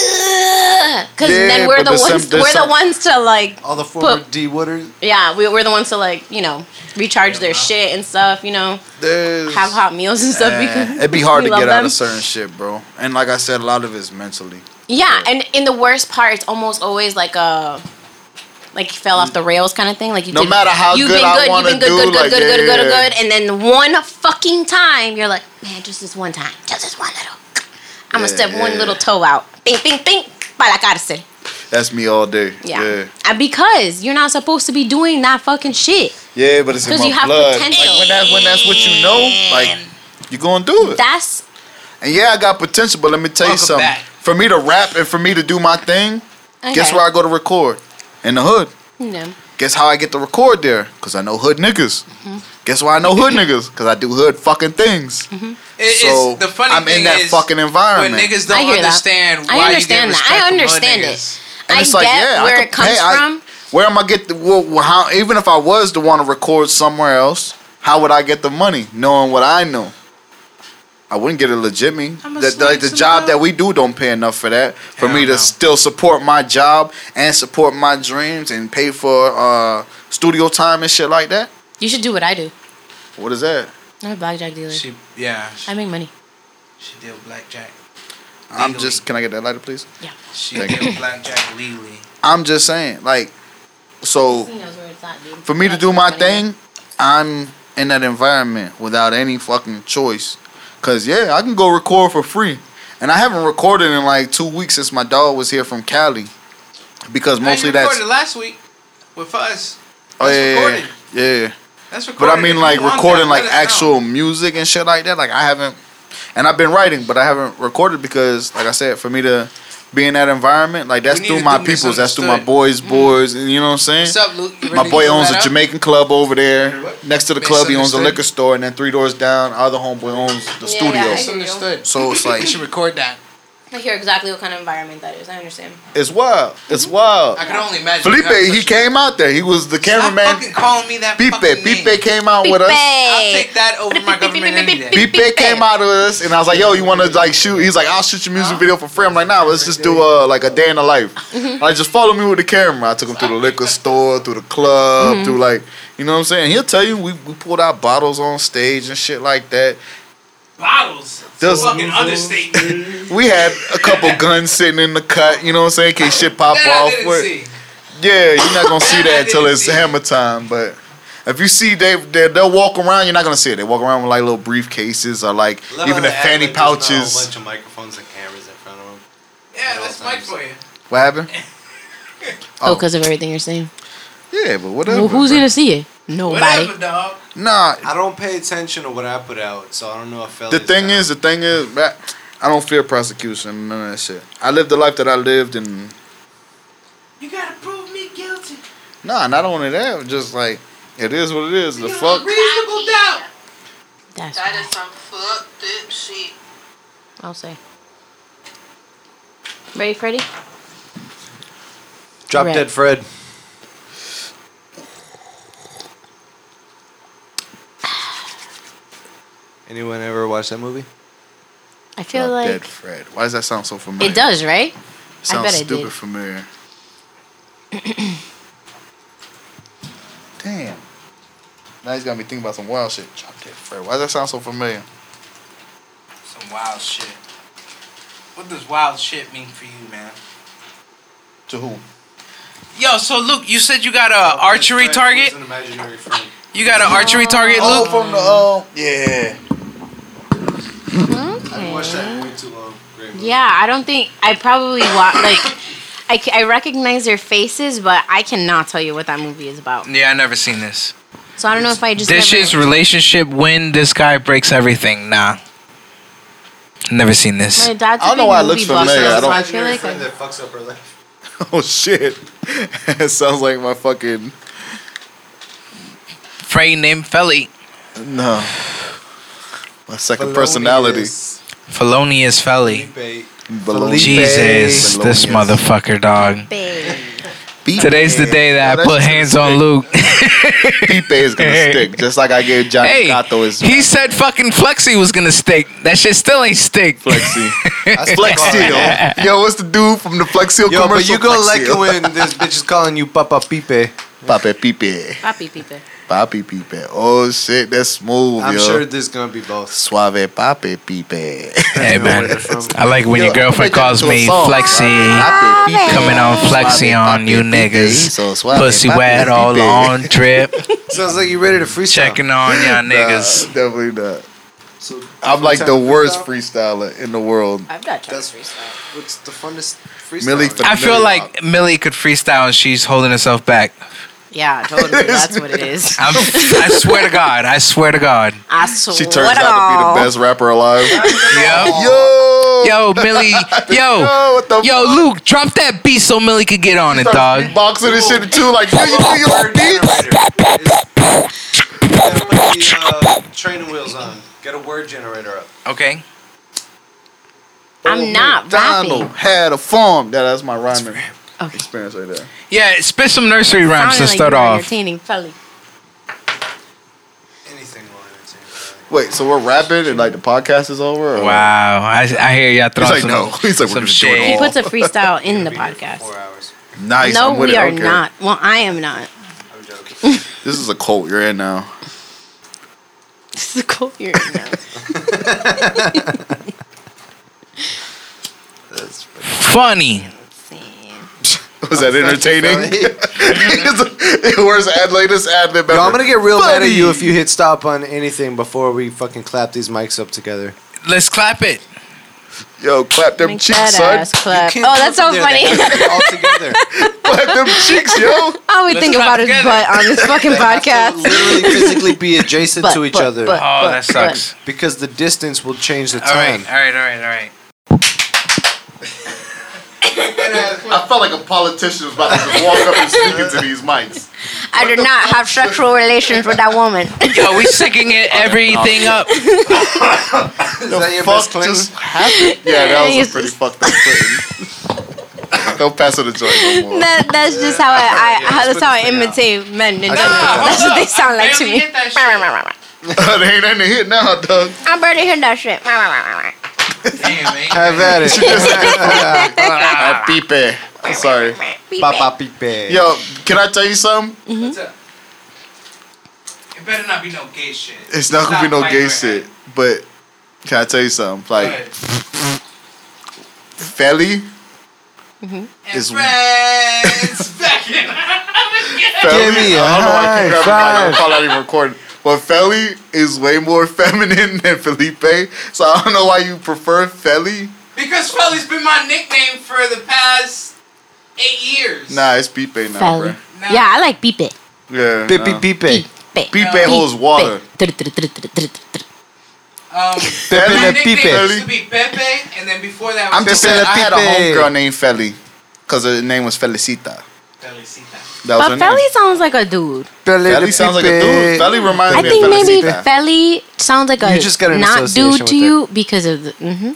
because Yeah, then we're but the there's some- ones there's we're the some- ones to like All the former But- D Wooders. yeah we, we're the ones to like you know recharge their shit and stuff you know There's- have hot meals and stuff Eh, because it'd be hard we to get love out them. of certain shit, bro. And like I said, a lot of it's mentally. Yeah, and in the worst part, it's almost always like a like you fell off the rails kind of thing. Like you No did, matter how you've good been I good, you've wanna been good, do, good, good, like, good, yeah, good, good, yeah. good, and then one fucking time you're like, man, just this one time, just this one little, I'm gonna step one Yeah. little toe out, bing, bing, bing, but I gotta say, That's me all day. yeah, yeah. And because you're not supposed to be doing that fucking shit. Yeah, but it's in 'Cause my you have blood. potential. Like when that's when that's what you know, like you're gonna do it. That's and yeah, I got potential, but let me tell Welcome you something. back. For me to rap and for me to do my thing, okay. guess where I go to record? In the hood. No. Guess how I get to record there? Because I know hood niggas. Guess why I know hood niggas? Because I do hood fucking things. It- So it's, the funny I'm in thing that is, fucking environment. When niggas I don't hear that. understand I why understand you that. I get respect from hood understand it. niggas. I get where it comes hey, I- from. where am I get the well, well, how? Even if I was to want to record somewhere else, how would I get the money? Knowing what I know, I wouldn't get it legit. Me, a the, like the slave to job the that we do don't pay enough for that. For Hell me to no. still support my job and support my dreams and pay for uh, studio time and shit like that. You should do what I do. What is that? I'm a blackjack dealer. She, yeah, she, I make money. she deal blackjack. I'm Legally. just. Can I get that lighter, please? She Thank you. deal blackjack legally. I'm just saying, like, so. for me to do my thing, I'm in that environment without any fucking choice. Cause yeah, I can go record for free, and I haven't recorded in like two weeks since my dog was here from Cali. Because mostly you that's recorded last week with us. oh That's yeah, recorded. yeah, yeah. That's But recorded. I mean If like you want recording that, like let us know. actual music and shit like that. Like I haven't, and I've been writing, but I haven't recorded because like I said, for me to be in that environment, like that's need through to my do peoples, that's through my misunderstood. boys, Mm. boys, and you know what I'm saying. What's up, Luke? You My ready to boy give owns that a up? Jamaican club over there. Next to the club, he owns a Misunderstood. liquor store, and then three doors down, our other homeboy owns yeah, the studio. Misunderstood. So it's like You should record that. I hear exactly what kind of environment that is. I understand. it's wild. It's wild. I can only imagine. Felipe, how such he a- came out there. He was the Stop cameraman. fucking calling me that Pipe, fucking name. Pipe came out with us. I'll take that over my government any day. Pipe came out with us, and I was like, "Yo, you want to like shoot?" He's like, "I'll shoot your music video for free." I'm like, "Nah, let's just do uh like a day in the life." Like, just follow me with the camera. I took him through the liquor store, through the club, through like, you know what I'm saying? He'll tell you we, we pulled out bottles on stage and shit like that. Bottles. Does- fucking understatement. We had a couple guns sitting in the cut, you know what I'm saying? In case shit pop That off. I didn't We're- see. Yeah, you're not gonna see That I that until didn't it's see. hammer time. But if you see they, they they'll walk around, you're not gonna see it. They walk around with like little briefcases or like even the fanny Oh, A whole pouches. bunch of microphones and cameras in front of them. Yeah, that's Mike for you. What happened? Oh, because of everything you're saying. Yeah, but whatever. Well, who's bro. gonna see it? Whatever, Nobody. dog. Nah, I don't pay attention to what I put out, so I don't know if fellas. the thing know. is, the thing is, man, I don't fear prosecution, none of that shit. I lived the life that I lived, and you gotta prove me guilty. nah, not only that, just like it is what it is. The fuck. Reasonable doubt. That's That right. is some fucked up shit. I'll say. Ready, Freddy? Drop Right. Dead Fred. Anyone ever watch that movie? I feel like Dead Fred. Why does that sound so familiar? it does, right? Sounds bet it stupid did. familiar. Damn. Now he's got me thinking about some wild shit. Drop Dead Fred. Why does that sound so familiar? Some wild shit. What does wild shit mean for you, man? To who? Yo, so Luke, you said you got a archery Dead Fred was target. an imaginary friend. You got an archery target, Oh, Luke. from the um. Yeah. I watched that way too long. Great movie. Yeah, I don't think I probably wa like I, c- I recognize their faces, but I cannot tell you what that movie is about. Yeah, I never seen this. So I don't know if I just Dishes, never, relationship, when this guy breaks everything. Nah, never seen this. my dad's I don't a know big why it movie looks buff, familiar. so I don't- I feel Imaginary like friend I, that fucks up her life. Oh shit. it sounds like my fucking Frey named Felly. no. My second personality. Felonious. Felonious Felly. Felipe. Baloney. Jesus, Baloney. this motherfucker, dog. babe. Pipe- Today's the day Yeah, that I that's put just hands gonna on Luke. stick. Pipe is gonna stick, just like I gave Johnny hey, Gato his he said fucking Flexi was gonna stick. That shit still ain't stick. Flexi. That's Flex fucked up. Seal. Yo, what's the dude from the Flex Seal Yo, but commercial? you gonna Flex like it Seal. when this bitch is calling you Papa Pipe. Papi Pipe. Papi Pipe. Papi Pipe. Oh shit, that's smooth, I'm yo. sure there's gonna be both. Suave Papi Pipe. Hey man, I like when your Yo, I girlfriend think that calls was a me song. Flexi. Papi Pipe. Coming on Suave Flexi on Papi you Pipe. niggas. So suave Pussy Papi wet all Pipe. on drip. Sounds like you ready to freestyle. Checking on y'all Nah, niggas. definitely not. So, I'm like the freestyle? worst freestyler in the world. I've got That's- freestyle. What's the funnest freestyle? Millie Millie Fe- I feel Millie like Millie could freestyle and she's holding herself back. Yeah, totally. That's what it is. I'm, I swear to God. I swear to God. I swear She turns out to be the best rapper alive. Yo, Yo, yo, Millie. Yo, Yo, what the yo, Luke, drop that beat so Millie could get on it, dog. boxing and shit too. Like, yo, you do your beats. Gotta put the uh, training wheels on. Get a word generator up. Okay. I'm not Donald rapping. had a farm. That, that's my rhyming Okay. experience right there. Yeah, spit some nursery rhymes to Sounded like start you were off. entertaining, Felly. Anything will entertain. Wait, so we're rapping and like the podcast is over? Or? Wow, I, I hear y'all throwing He's like, some, no. He's like, we're some just doing shade. He all. puts a freestyle in the Be here for Four podcast. hours. Nice. No, I'm with we it. are Okay. not. Well, I am not. I'm joking. This is a cult you're in now. This is a cool year right now. funny. Was that entertaining? Where's the ad latest ad lib? Yo, ever? I'm gonna get real mad at you if you hit stop on anything before we fucking clap these mics up together. Let's clap it. Yo, clap them Make cheeks, that son. ass clap. Oh, that's so funny. All together. Clap them cheeks, yo. I would Let's think clap about his together. butt on this fucking podcast. Literally physically be adjacent But- to each but- other but- Oh, that sucks. because the distance will change the All right, all time. right, all right, all right. I felt like a politician was about to just walk up and speak into these mics. I did not have sexual relations with that woman. Yo, we syncing it everything up. The your fuck Miss Clinton? just happened? Yeah, that was a pretty fucked up Clinton. Don't pass her the joint no more. That, that's just how I, I how, that's how I imitate men. And that's what they sound like to me. they ain't in the hit now, dog. I'm barely hearing that shit. Damn, man. Have at it. Ah, Pipe. I'm sorry. Papa Pipe. Yo, can I tell you something? What's up? It better not be no gay shit. It's not gonna be no Stop gay fighting shit, but can I tell you something? right now. Like, Felly is Friends, back in. Felly. Give me a I don't know why I high keep grabbing my five. mic. I'm not even recording. But Felly is way more feminine than Felipe, so I don't know why you prefer Felly. because Felly's been my nickname for the past eight years. Nah, it's Pipe now, Felly. bro. Now, Yeah, I like Pipe. Yeah. Pipe Pipe. Pipe. Pipe holds water. Um, Pepe my Le nickname Pipe. used to be Pepe, and then before that I'm was just Pepe saying, I Le had a Pipe. homegirl named Felly, because her name was Felicita. Felicita. That was her But Felly name. sounds like a dude. Felly sounds like a dude. Felly reminds I me of think maybe Felicita. Felly sounds like a You just got an not association dude with to it. you because of the. hmm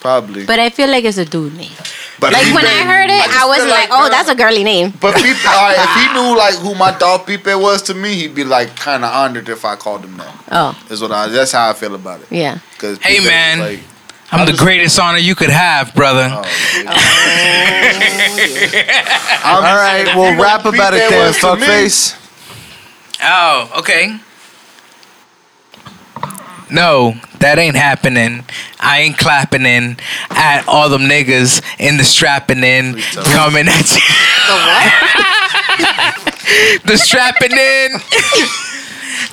Probably. But I feel like it's a dude name. But Like Pipe- when I heard it, I was like, oh, that's a girly name. But Pipe, all right, if he knew like who my dog Pipe was to me, he'd be like kind of honored if I called him that. Oh, Is what I. That's how I feel about it. yeah. Cause Hey, Pipe was man. like, I'm the greatest honor you could have, brother. oh, All right, You we'll know rap what about it Pipe then. was to me? Fuckface. Oh, okay. No, that ain't happening. I ain't clapping in at all them niggas in the strapping in coming at you. The what? the strapping in.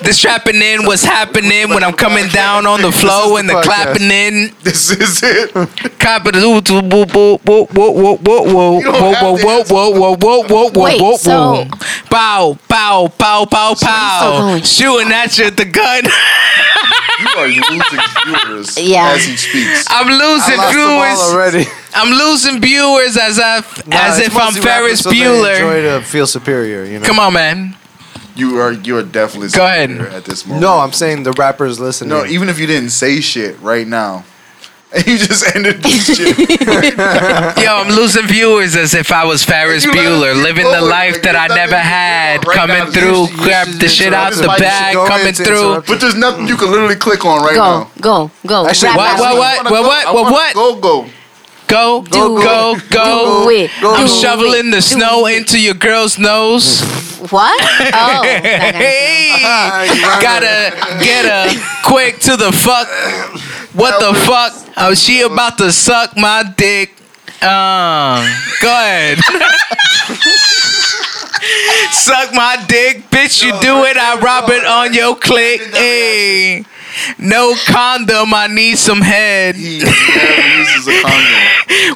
The strapping in, what's happening when I'm coming down on the flow and the podcast. clapping in. this is it. Cop it, woo, woo, woo, woo, woo, woo, woo, woo, woo, woo, don't have whoa, to whoa, answer. whoa, whoa, whoa, whoa, Wait, whoa, whoa. so- Bow, bow, bow, bow, pow. going. Shooting at you with the gun. You are losing viewers Yeah. as he speaks. I'm losing Lost the ball viewers. already. I'm losing viewers as if Nah, as it's if I'm mostly Ferris rappers so they Bueller. Enjoy to feel superior, you know. Come on, man. You are you are definitely Go ahead. superior at this moment. No, I'm saying the rappers listening. no. Even if you didn't say shit right now, and you just ended this shit. Yo, I'm losing viewers as if I was Ferris You let it Bueller, keep living the going, life like, that you I let never it keep had. going. Right now, Coming you through, should- you grab should the shit interrupt out this the mic. You should bag, go coming into through. interrupt. But there's nothing you can literally click on right Go, now. go, go. Actually, Rap what- out. What, what, I wanna go- I what, what, what, wanna what? Go go. Go, Do go, it. go. Do it. go. I'm Do shoveling it. the Do snow it. into your girl's nose. What? Oh, that kind of thing. Hey, gotta get a quick to the fuck. What the fuck? Oh, she about to suck my dick. Um, go ahead. Suck my dick, bitch. You do it. I rob it on your click. Hey, No condom. I need some head. He never uses a condom.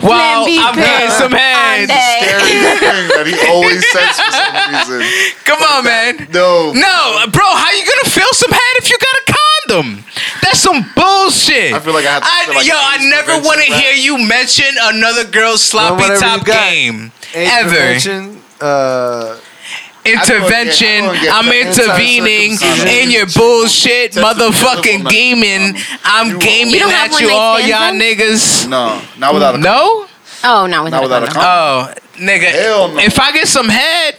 While Plan B I'm pill. getting some On head. day. Scary thing that he always says for some reason. Come on, man. No. No, bro, how you gonna feel some head if you got a condom? That's some bullshit. I feel like I have to feel like yo, I AIDS never prevention want to rap. hear you mention another girl's sloppy whatever top you got. game AIDS ever. prevention, Uh, Intervention. I don't get- I I'm don't get intervening anti-circumcision. in your bullshit, That's the motherfucking telephone gaming. I'm gaming You don't have at one you, night all stands, y'all though? niggas. No, not without a condom. No. Oh, not without, Not without a condom. condom. Oh, nigga. Hell no. If I get some head,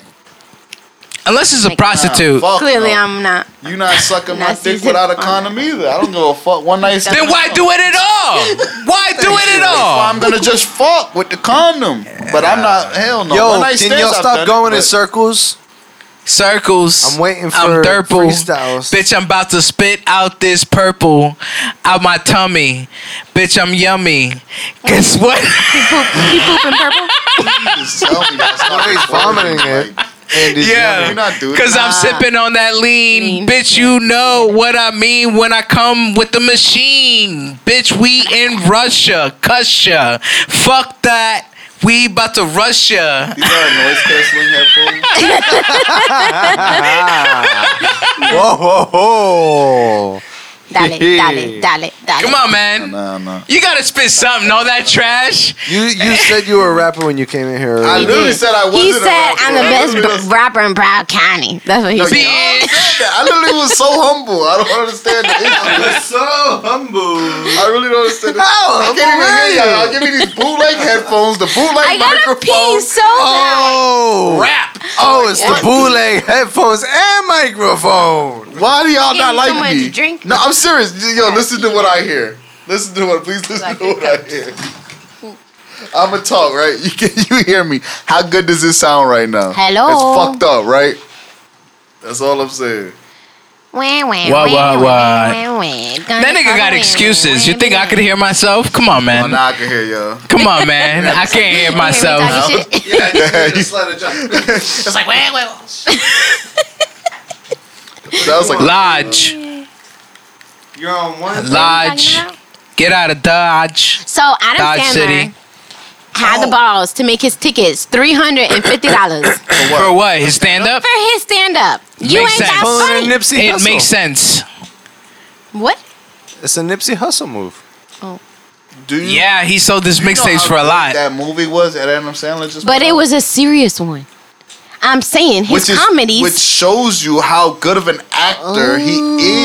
unless it's a Like, prostitute, Fuck Clearly, no. I'm not. You not sucking my Not dick season without a on condom either. I don't give a fuck. One night stand. then why do it at all? Why do it at Well, all? I'm gonna just fuck with the condom, but I'm not. Hell no. One Yo, night can stands, y'all I've done stop it, going in but- circles? Circles. I'm waiting for I'm derpal. freestyles. Bitch, I'm about to spit out this purple out my tummy. Bitch, I'm yummy. Guess what? Just tell me that's not He's vomiting it. Andy, Yeah. you're not doing Cause I'm sipping on that lean. lean. Bitch, you know what I mean when I come with the machine. Bitch, we in Russia. Cuss ya. Fuck that. We about to Russia. These are noise canceling headphones. Whoa, whoa, whoa. Dale, dale, dale, dale. Come on, man. Nah, nah. You gotta spit something, all that trash. You you said you were a rapper when you came in here. I literally earlier. said I wasn't. He said, a rapper. "I'm the I literally best b- rapper in Broward County." That's what he said. Bitch. said that. I literally was so humble. I don't understand the issue. so humble. I really don't Oh, understand. The- I How? can't even hear y'all. I'll give me these bootleg headphones, the bootleg I gotta pee microphone. so bad. Oh, Rap. oh, it's the bootleg headphones and microphone. Why do y'all Give not me like somewhere me? to drink. No, I'm serious. Yo, listen to what I hear. Listen to what. Please listen to what I hear. I'ma talk right. You can you hear me? How good does this sound right now? Hello? It's fucked up, right? That's all I'm saying. Wah, wah, Wah, wah, wah, wah, wah. wah. Gonna That nigga got fuck excuses. You with think I could hear myself? Come on, Oh, man. now I can hear y'all. Come on, man. I can't hear me myself. talking shit. Yeah, just let it drop. it's like wait, wait. That was like Lodge. You're on one. Lodge. Get out of Dodge. So Adam Dodge Sandler City. had the balls to make his tickets three hundred and fifty dollars for For what? His stand up? his stand up. You Makes ain't sense. got Pulling funny. Nipsey It Hussle. makes sense. what? It's a Nipsey Hustle move. Do you Yeah, he sold this you know mixtapes how for a good lot. That movie was at Adam Sandler just. But it was a serious one. I'm saying his which is comedies. Oh. which shows you how good of an actor he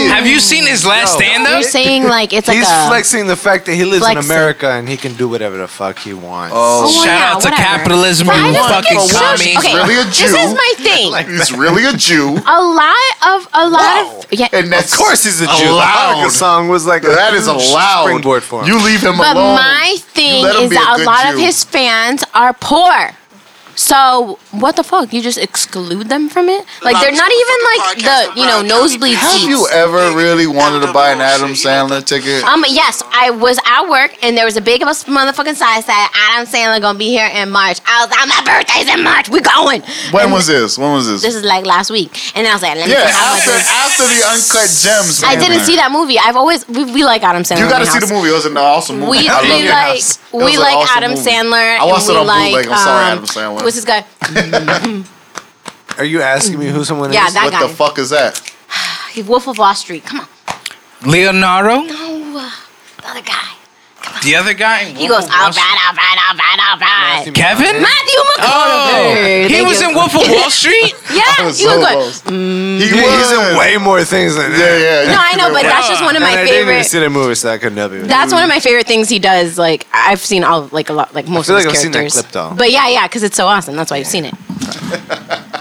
is. Have you seen his last Yo. stand you're up? saying like it's like He's a flexing the fact that he lives Flexing. in America and he can do whatever the fuck he wants. Oh, Oh, yeah, Shout out to whatever. capitalism, But I you just think fucking it's so- commie. okay, Really a This Jew? is my thing. He's really a Jew, a lot of a lot of yeah. and that's Of course he's a Jew. The Allowed. Hanukkah song was like That is huge allowed. springboard for him. You leave him But alone. my thing let him is be a that a, good lot of Jew. his fans are poor. So what the fuck? You just exclude them from it? Like they're not even like the you know nosebleed Have seats. you ever really wanted to buy an Adam Sandler ticket? Um. Yes, I was at work and there was a big ass motherfucking sign said Adam Sandler gonna be here in March. I was like, my birthday's in March. We going. When was this? When was this? This is like last week, and I was like, let me yeah, see how much. after it is. after the uncut gems. I man. didn't see that movie. I've always we, we like Adam Sandler. You got to in see the house. movie. It was an awesome movie. We, we I love it. like It was we an like awesome Adam movie. Sandler. I watched and it we on bootleg. like, I'm sorry, um, Adam Sandler. What's this guy? Are you asking me who someone Yeah, is? that What guy. the fuck is that? He- Wolf of Wall Street. Come on. Leonardo? No, uh, the other guy. The other guy? He goes, all right, all right, all right, all right. Kevin? Matthew Oh, McConaughey. he was in Wolf of Wall Street? I Yeah, was you so look good. close. He Dude, was. he's in way more things than that. Yeah, yeah. No, I know, but that's just one of And my I didn't even favorite. see the movie, so I couldn't help you. That's one of my favorite things he does. Like I've seen all like a lot, like most feel of his like I've seen that characters. clip, though. But yeah, yeah, because it's so awesome. That's why you've seen it.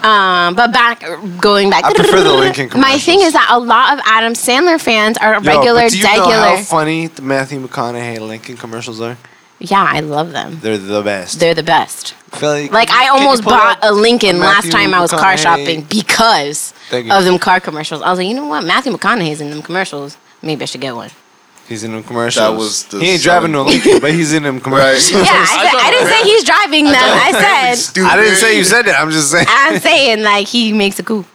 um, but back, going back. I prefer the Lincoln My thing commercials. is that a lot of Adam Sandler fans are Yo, regular, but do you know regular. how funny the Matthew McConaughey Lincoln commercials are? yeah, I love them. They're the best. They're the best. Philly, Like can you- I can you almost pull bought up a Lincoln a last Matthew time I was car McConaughey? shopping because Thank you. of them car commercials. I was like, you know what, Matthew McConaughey's in them commercials. Maybe I should get one. He's in them commercials. That was the he ain't selling driving no Lincoln, but he's in them commercials. Yeah, I, said- I didn't say he's driving them. I said Stupid. I didn't say you said that. I'm just saying. I'm saying like he makes a coup.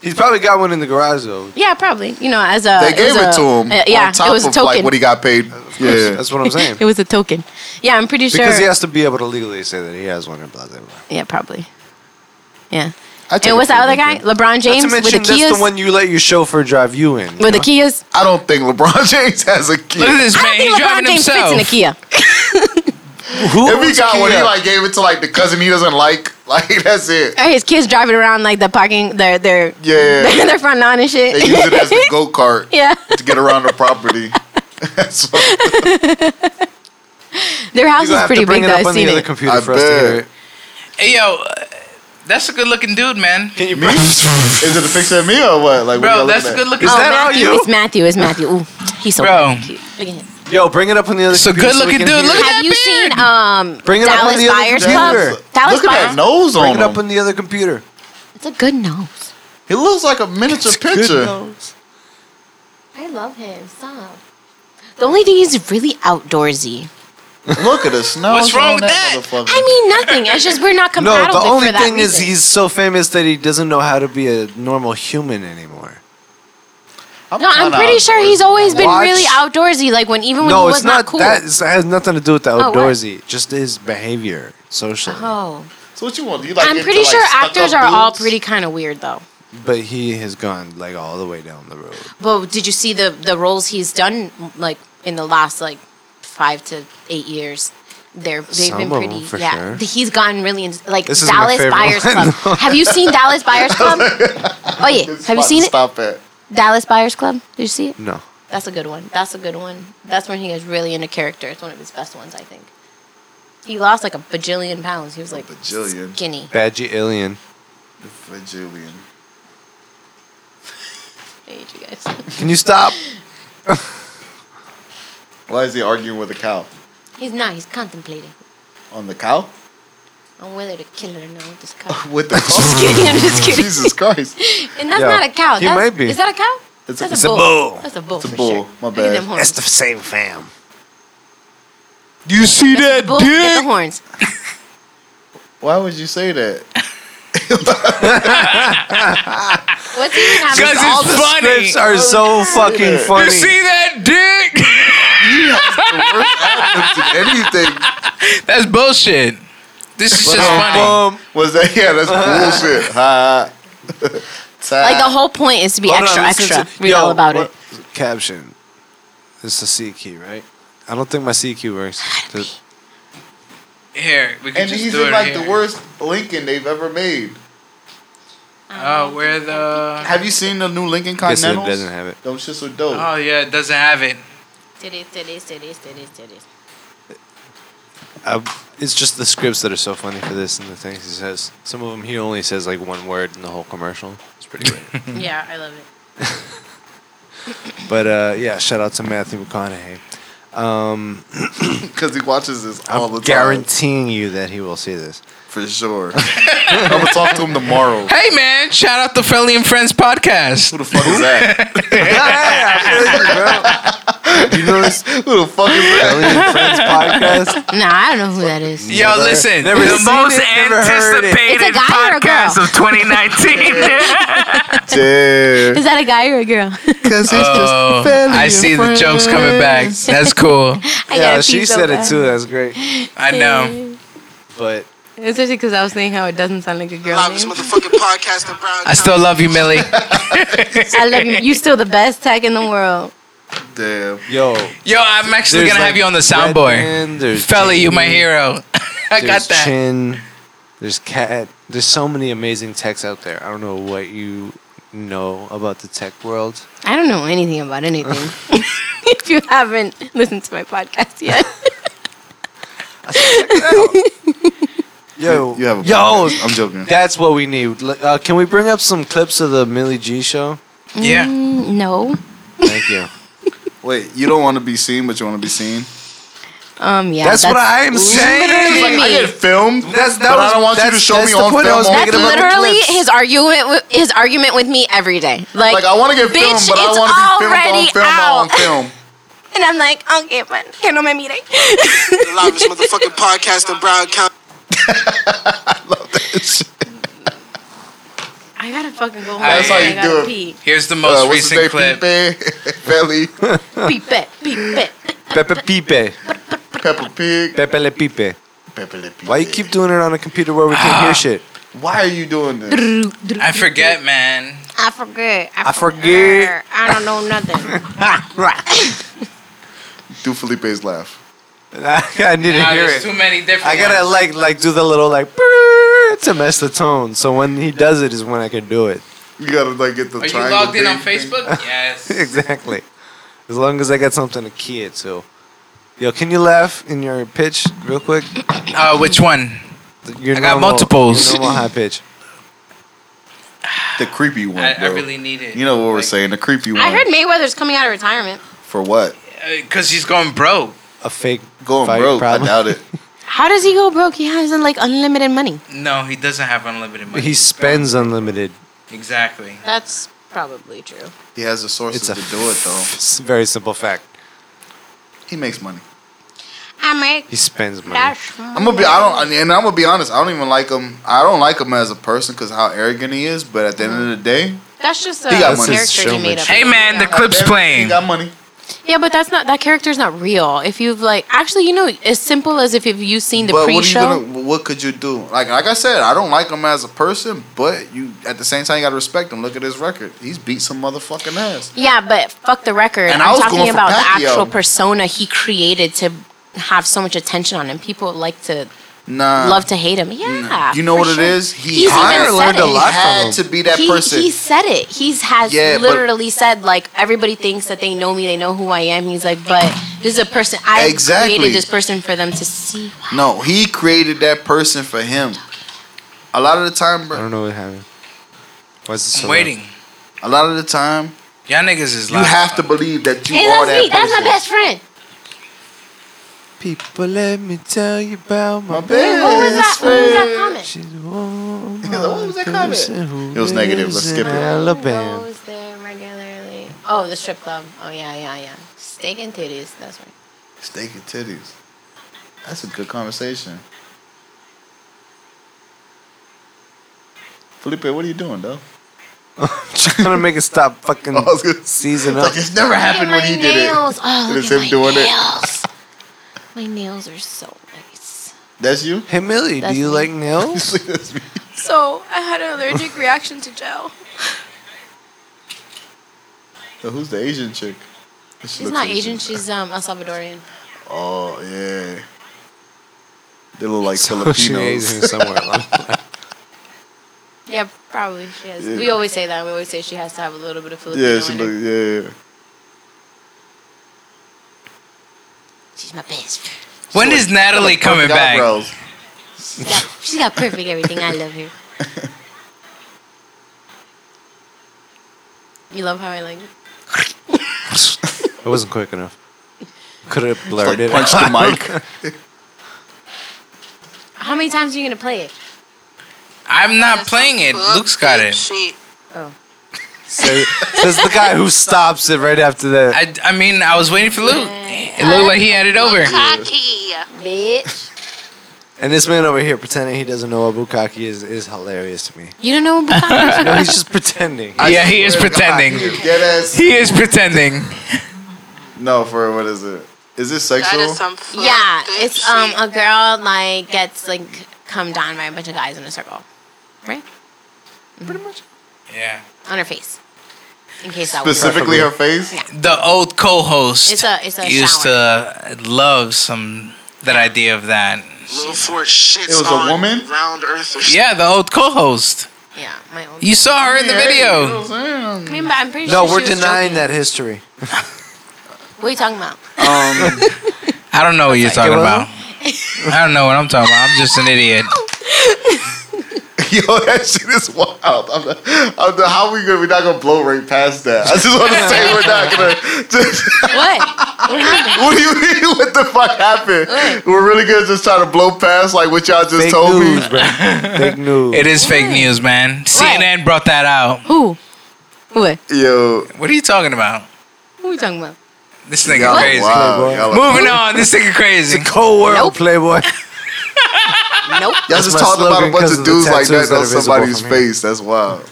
He's probably got one in the garage though. Yeah, probably. You know, as a They gave as it a- to him. uh, yeah, on top it was a of token. like what he got paid. Yeah, That's what I'm saying. it was a token. Yeah, I'm pretty sure. Because he has to be able to legally say that he has one in blah blah blah. yeah, probably. Yeah. I take And what's it that for other a guy? weekend. LeBron James Not to with the mention that's Kias. the one you let your chauffeur drive you in. with the Kias. I don't think LeBron James has a Look at kid. this I don't man. He's think LeBron driving James fits himself. in a Kia. If he got one, he like gave it to like the cousin he doesn't like. Like that's it. Or his kids driving around like the parking, their their Yeah, their front lawn and shit. they use it as a go kart yeah, to get around the property. That's what- their house You're gonna is have pretty to bring big. it Though up I've on the seen other it. computer I for us to hear bet. it. Hey, yo, uh, that's a good looking dude, man. Can you me? Is it a picture of me or what? Like, what Bro, y'all that's a looking at? good looking Oh, Is that all Matthew, you? It's Matthew. It's Matthew. Ooh, he's so Bro. cute. Look at him. Yo, bring it up on the other. It's a computer good so we looking can dude. hear Look it. at Have you that seen um Bring it up on Dallas the other Buyers computer. Club? Dallas Look at that Buyers. nose Bring on it up him. on the other computer. It's a good nose. He looks like a miniature picture. I love him. Stop. The only thing he's really outdoorsy. Look at the snow. What's wrong with that? motherfucker. I mean nothing. It's just we're not No, compatible the only for that thing is reason. he's so famous that he doesn't know how to be a normal human anymore. I'm No, I'm kinda pretty sure he's always been Watch- really outdoorsy. Like when even when no, he was it's not, cool. Oh, that. It's, it has nothing to do with the what? outdoorsy. Just his behavior socially. Oh, So what you want? You like I'm into, pretty like, sure stuck-up actors are all dudes? pretty kind of weird though. But he has gone like all the way down the road. But did you see the the roles he's done like in the last like five to eight years? They're they've Some been of 'em, pretty. for yeah, sure. Th- he's gotten really into like This is my Dallas favorite Buyers one. Club. Have you seen Dallas Buyers Club? oh yeah, have you Stop- seen it? Stop it. Dallas Buyers Club. Did you see it? No. That's a good one. That's a good one. That's when he gets really into character. It's one of his best ones, I think. He lost like a bajillion pounds. He was like bajillion. skinny. Badgie alien. For Julian. I hate you guys. Can you stop? Why is he arguing with a cow? He's not. He's contemplating On the cow? on whether to kill it or not with this cow. With the cow? kidding. I'm just kidding. Jesus Christ. And that's Yeah. not a cow. He That's, might be. Is that a cow? It's a- that's it's a bull. That's a bull. It's a for bull. Sure. My Look at bad. them horns. same fam. You see That's a bull. Look at the horns. Why would you say that? What's he even having? Because All it's funny. Oh, Scripts are so fucking funny. You see that dick? Anything That's bullshit. This is just funny. Um, was that? Yeah, that's bullshit. Ha. Like the whole point is to be hold on, extra, listen extra. to- Read Yo, all about what- it. Caption. It's a C key, right? I don't think my C key works. Does- Here, we can And just he's do in it like here. the worst Lincoln they've ever made. Oh, where the? Have you seen the new Lincoln Guess it Continentals? doesn't have it. Those shits are dope. Oh yeah, it doesn't have it. Titties, titties, titties, titties, titties. I, Uh, it's just the scripts that are so funny for this and the things he says. Some of them he only says like one word in the whole commercial. It's pretty great. Yeah, I love it. but uh, yeah, shout out to Matthew McConaughey. Um, Because he watches this all I'm the time. guaranteeing you that he will see this. For sure. I'm going to talk to him tomorrow. Hey man, shout out the Friendly and Friends podcast. Who the fuck is that? You know this Who the fuck is that? Alien Friends podcast? Nah, I don't know who that is. Yo, listen, never the seen most it, never heard it. anticipated It's a guy or a girl? podcast of 2019. Damn. Is that a guy or a girl? Because oh, I see the jokes coming back. That's I cool. Yeah, gotta she pee so said it bad. too. That's great. I know. But Especially because I was thinking how it doesn't sound like a girl Loudest name. motherfucking podcast in Brown I still love you, Millie. I love you. You still the best tech in the world. Damn. yo, Yo, I'm actually there's, gonna have like, you on the soundboard. Redman, there's Fella, you my Jamie, hero. I got there's that. Chin, there's Cat. There's so many amazing techs out there. I don't know what you know about the tech world. I don't know anything about anything. if you haven't listened to my podcast yet, Yo, You have a yo, podcast. I'm joking. that's what we need. L- Uh, can we bring up some clips of the Millie G show? Yeah. Mm, no. Thank you. Wait, you don't want to be seen, but you want to be seen? Um, yeah. that's, what I am saying. Like, I get filmed, That's- that but I was- don't want you to that's- show me that's the on point I film. was on- That's making about the literally clips. his argument. With, his argument with me every day. Like, Like, I want to get Bitch, filmed, but I it's want to be filmed on already film, not on out. film. and I'm like, okay, man, que no me mire. The loudest motherfucking podcast in Brown County. I gotta fucking go home. That's how you I gotta do it. pee. Here's the most Uh, what's his recent name? clip. Pepe, Belly, Peep it, peep it. Pepe Pipe. Peppa Pig. Pepe Le Pipe. Pepe Le Pepe. Why you keep doing it on a computer where we can't Ah. hear shit? Why are you doing this? I forget, man. I forget. I, I forget. I don't know nothing. Do Felipe's laugh. I need to Nah, hear there's too it. many different. I gotta ones. like like do the little like brrrr to mess the tone. So when he does it is when I can do it. You gotta like get the Are you triangle logged in thing. on Facebook? Yes. exactly. As long as I got something to key it to. Yo, can you laugh in your pitch real quick? Uh, which one? Your I got multiples. Your normal high pitch. The creepy one, I, I bro. really need it. you know what we're saying? The creepy one. I heard Mayweather's coming out of retirement. For what? because uh, he's going broke. A fake Going fight broke. problem. I doubt it. How does he go broke? He has like unlimited money. No, he doesn't have unlimited money. He spends unlimited. exactly. That's probably true. He has the sources It's a to do it though. It's a very simple fact. He makes money. I make He spends money. that. I'm gonna be. I don't. and- And I'm gonna be honest. I don't even like him. I don't like him as a person because how arrogant he is. But at the end of the day, That's just a He got money. character he made up. Hey man, the clip's he playing. got money. Yeah, but that's not that character's not real. If you've like actually, you know, as simple as if you've you seen the but what are you pre-show. gonna? What could you do? Like, like I said, I don't like him as a person. But you, at the same time, you gotta respect him. Look at his record. He's beat some motherfucking ass. Yeah, but fuck the record. And I I'm was talking going for about the Pacquiao. actual persona he created to have so much attention on him. People like to Nah. love to hate him. Yeah, Uh, mm. You know for what sure. it is? He He's even hired- said Learned a it. lot He had to be that he, person. he said it. He's has Yeah, but- literally said like everybody thinks that they know me, they know who I am. He's like, but this is a person I Exactly. created this person for them to see. who I- no, he created that person for him. A lot of the time, I bro. don't know what happened. Why is it so I'm loud? waiting. A lot of the time, Y'all niggas is you loud. have to believe that you Hey, are that's that me. That's my person. best friend. People, let me tell you about my, My best What was that? What was that friend. comment? She's one Yeah, what was that person comment? who It was negative. Let's lives skip in it. Alabama. Goes there regularly. Oh, the strip club. Oh yeah, yeah, yeah. Steak and titties. That's right. Steak and titties. That's a good conversation. Felipe, what are you doing, though? trying to make it stop fucking I was gonna- season Like, up. it's never happened when he did it. nails. Oh, It look was at him my doing it. nails. My nails are so nice. That's you? Hey Millie, do That's you me. like nails? That's me. So I had an allergic reaction to gel. So who's the Asian chick? She She's looks not Asian. She's um El Salvadorian. Oh, yeah. They look like She Filipinos. Asian somewhere. along the line. Yeah, probably she has. Yeah. We always say that. We always say she has to have a little bit of Filipino. yeah, she in her. look, yeah, yeah. She's my best. friend. When is Natalie coming Perfect back? eyebrows. She's got, she's got perfect everything. I love her. You love how I like. It wasn't quick enough. Could have blurred Like, it. punch out. the mic. How many times are you gonna play it? I'm not playing it. Luke's got it. Shit. Says says the guy who stops it right after that. I, I mean, I was waiting for Luke. It looked like he had it over. Bitch. and this man over here pretending he doesn't know what bukkake is is hilarious to me. You don't know about No, he's just pretending. Yeah, he is Swear to God, pretending. he is Dead ass. He is pretending. No, for what is it? Is this That sexual? is some fuck Yeah, bitch it's um shit. a girl like gets like come down by a bunch of guys in a circle. Right? Yeah. On her face. In case that was Specifically her face? The old co-host It's a- it's a used to love some that idea of that. Little Fort shits It was a on woman? round earth or Yeah, the old co-host. Yeah, my own. You saw her in the Yeah, you know video. what I'm I saying? mean, but I'm pretty No, sure we're she was denying joking. that history. What are you talking about? I don't know what you're talking well- about. I don't know what I'm talking about. I'm just an idiot. Yo, that shit is wild. I'm not, I'm not, how we gonna? We're not gonna blow right past that. I just want to say we're not gonna. Just, What? what do you mean? What the fuck happened? We're really gonna just try to blow past like what y'all just Fake told news, me. bro. Fake news. It is fake news, man. CNN brought that out. Who? What? Yo, What are you talking about? Who are you talking about? This nigga y'all are crazy. wild. Y'all, are- Moving on. This nigga crazy. Cold world, Nope. playboy. Nope. y'all just my talking about slogan a bunch 'cause of of the dudes like that tattoos that on are visible somebody's from here. face. That's wild.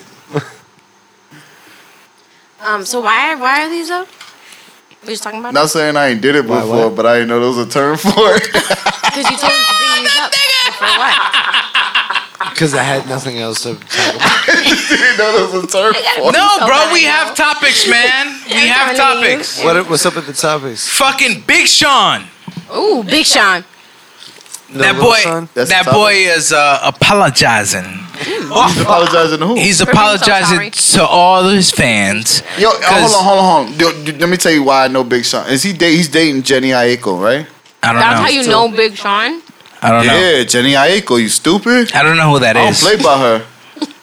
Um, so why why are these up? We just talking about Not saying I ain't did it before, what? but I didn't know there was a term for it. because you told us to bring these up for what? Because I had nothing else to talk about. didn't know there was a term for it. No, bro, we bad, have topics, man. We have Everyone leave. topics. What, what's up with the topics? Fucking Big Sean. Ooh, Big Sean. No That little son? boy. That's the That topic. boy is uh, apologizing. Apologizing to who? He's being so apologizing sorry. to all of his fans. Yo, uh, hold on, 'Cause- hold on, hold on. Yo, d- let me tell you why I know Big Sean. Is he date? He's dating Jenny Aiko, right? I don't That's know. how you know Big Sean. I don't know. Yeah, Jenny Aiko. You stupid. I don't know who that I don't is. play by her.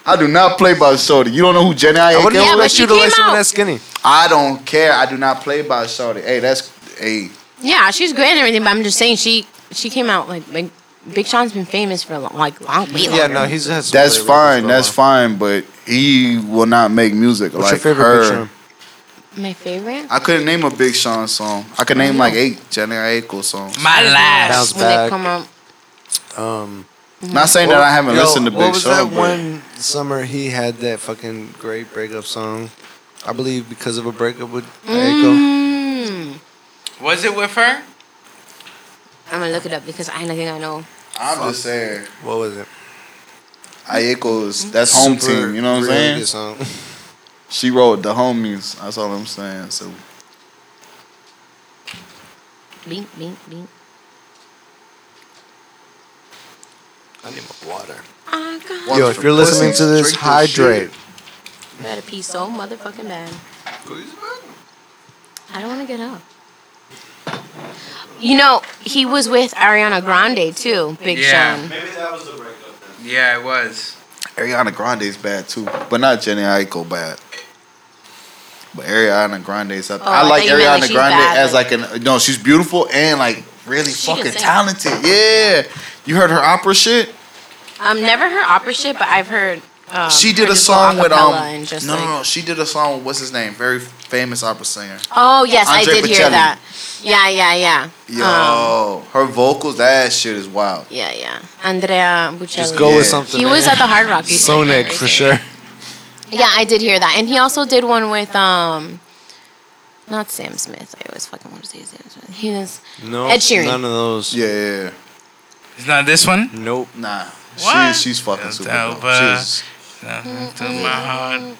I do not play by Shorty. You don't know who Jenny I Aiko wouldn't Yeah, is? know but that you she to let came someone out. that skinny. I don't care. I do not play by Shorty. Hey, that's hey. Yeah, she's great and everything, but I'm just saying she she came out like like Big Sean's been famous for a long, like long way longer. Yeah, no, he's has some That's really fine. rough That's stuff. fine. But he will not make music What's like your favorite her. picture? My favorite. I couldn't name a Big Sean song. I could name like eight Jenny Aiko songs. My Bounce last. when they back. come out. Um, Not saying that I haven't yo, listened to What Big was Sean, that but one summer he had that fucking great breakup song? I believe because of a breakup with Aiko. Mm. Was it with her? I'm gonna look it up because I don't think I know. I'm just saying What was it? Aiko Mm-hmm. is that's home Super, team. You know what I'm really saying? good song. She wrote the homies. That's all I'm saying. So Bink, bink, bink. I need my water. I got Water Yo, if for you're listening pussy, to drink this this, shit. hydrate. better pee so motherfucking bad. I don't want to get up. You know, he was with Ariana Grande too, Big Yeah. Sean. Yeah, it was. Ariana Grande's bad too, but not Jenny Aiko bad. But Ariana Grande's up. Oh, I I like thought you meant Ariana like she's Grande bad, as like like- an no, she's beautiful and like really She can fucking sing. talented. Yeah, you heard her opera shit. Um, never heard opera shit, but I've heard. Um, she her did a just go song with um. acapella and just, no, like- no, no. She did a song. with What's his name? Very famous opera singer. Oh yes, Andre I did hear Bocelli. that. Yeah, yeah, yeah. Um, Yo, her vocals. That shit is wild. yeah, yeah. Andrea Bocelli. Just go with Yeah. something. He was man. at the Hard Rock. recently, Sonic right? for sure. Yeah, I did hear that, and he also did one with um, not Sam Smith. I always fucking want to say Sam Smith. He was No, Ed Sheeran. none of those. Yeah, yeah, yeah. It's not this one. Nope. nah. What? She, she's fucking That's super. dope, dope. uh, She's- Nothing to my heart.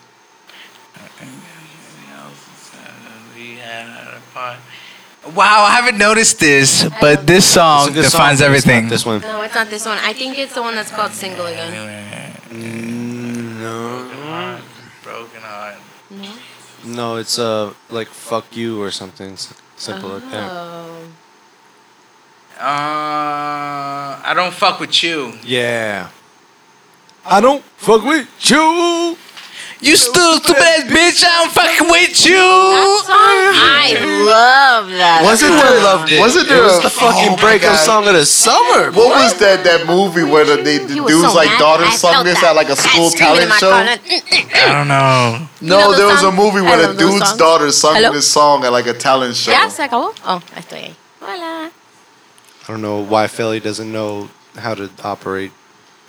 Wow, I haven't noticed this, but this song It's a good song, defines but it's not everything. This one. no, it's not this one. I think it's the one that's called Single Again. Mm, No, Broken heart. No, it's uh like fuck you or something s- simple like that. Oh, Uh, I don't fuck with you. Yeah. I don't fuck with you. You still the best bitch. I don't fucking with you. that song. I love that. Was it the loved it? Was it the, oh Fucking my breakup God. song of the summer. What was that that movie where the, the, the He was dude's so like mad. daughter I felt sung this that. at like a I school screamed in talent my show? car and I- I don't know. No, know the there was a song? movie I where the love those dude's songs. daughter sung Hello? this song at like a talent show. Ya se acabó. Oh, I estoy ahí. Hola. I don't know why Philly doesn't know how to operate.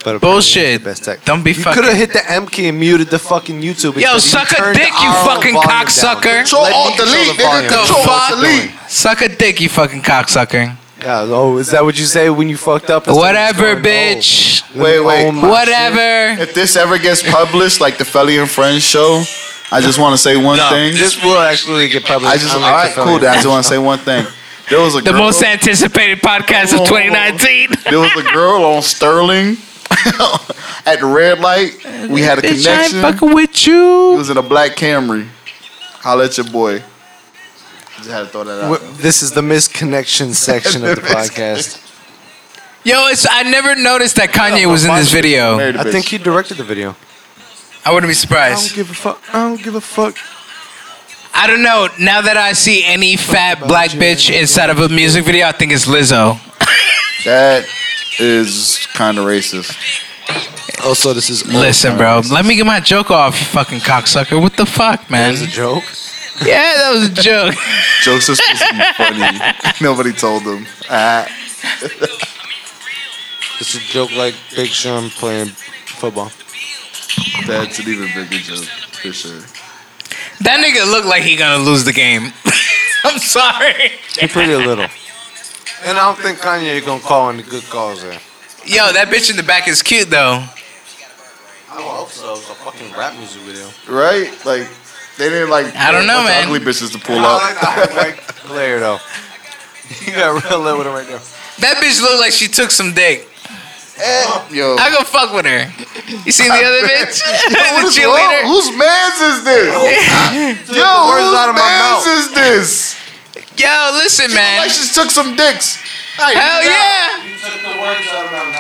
But apparently it's Bullshit. the Best tech. Don't be You could fucking. have hit the M key and muted the fucking YouTube. Yo, instead. You suck a turned dick, you our fucking volume down. cocksucker. Control Let me alt control delete, the nigga. volume. Control The alt fuck? delete. Suck a dick, you fucking cocksucker. Yeah. Oh, is that what you say when you fucked up? That's Whatever, what's going on. bitch. Wait, wait. Oh my Whatever. If this ever gets published, like the Felly and Friends show, I just want to say one No, thing. Uh, this will actually get published. I just all unlike right, the cool. Philly. then. I just want to say one thing. There was a The girl, most anticipated podcast of 2019. there was a girl on Sterling at the red light. We had a Bitch, I ain't connection. fucking with He you. was in a black Camry. Holla at your boy. Just had to throw that out. Wh- This is the misconnection section of the podcast. Yo, it's I never noticed that Kanye was in this video. Married a I bitch. think he directed the video. I wouldn't be I don't surprised. give a fuck. I don't give a fuck. I don't know. Now that I see any fat black bitch inside of a music video, I think it's Lizzo. that is kind of racist. Also, this is Listen, bro. Let me get my joke off, you fucking cocksucker. What the fuck, man? It's a joke. Yeah, that was a joke. Jokes are supposed to be funny. Nobody told them. Ah, It's a joke like Big Sean playing football. that's an even bigger joke for sure. That nigga look like he gonna lose the game. I'm sorry. He pretty little. And I don't think Kanye gonna call any good calls there. Yo, that bitch in the back is cute though. I hope so. It's a fucking rap music video. right? Like they didn't like. I don't know, like the man. Ugly bitches to pull I up. like the high right player though. You got real lit with him right now. That bitch look like she took some dick. Yo, I go fuck with her. You seen the other bitch? the Who's- whoa, cheerleader? whose man's is this? Yo, whose out of my man's is this? Yo, listen, man. Like she took some dicks. Hell yeah!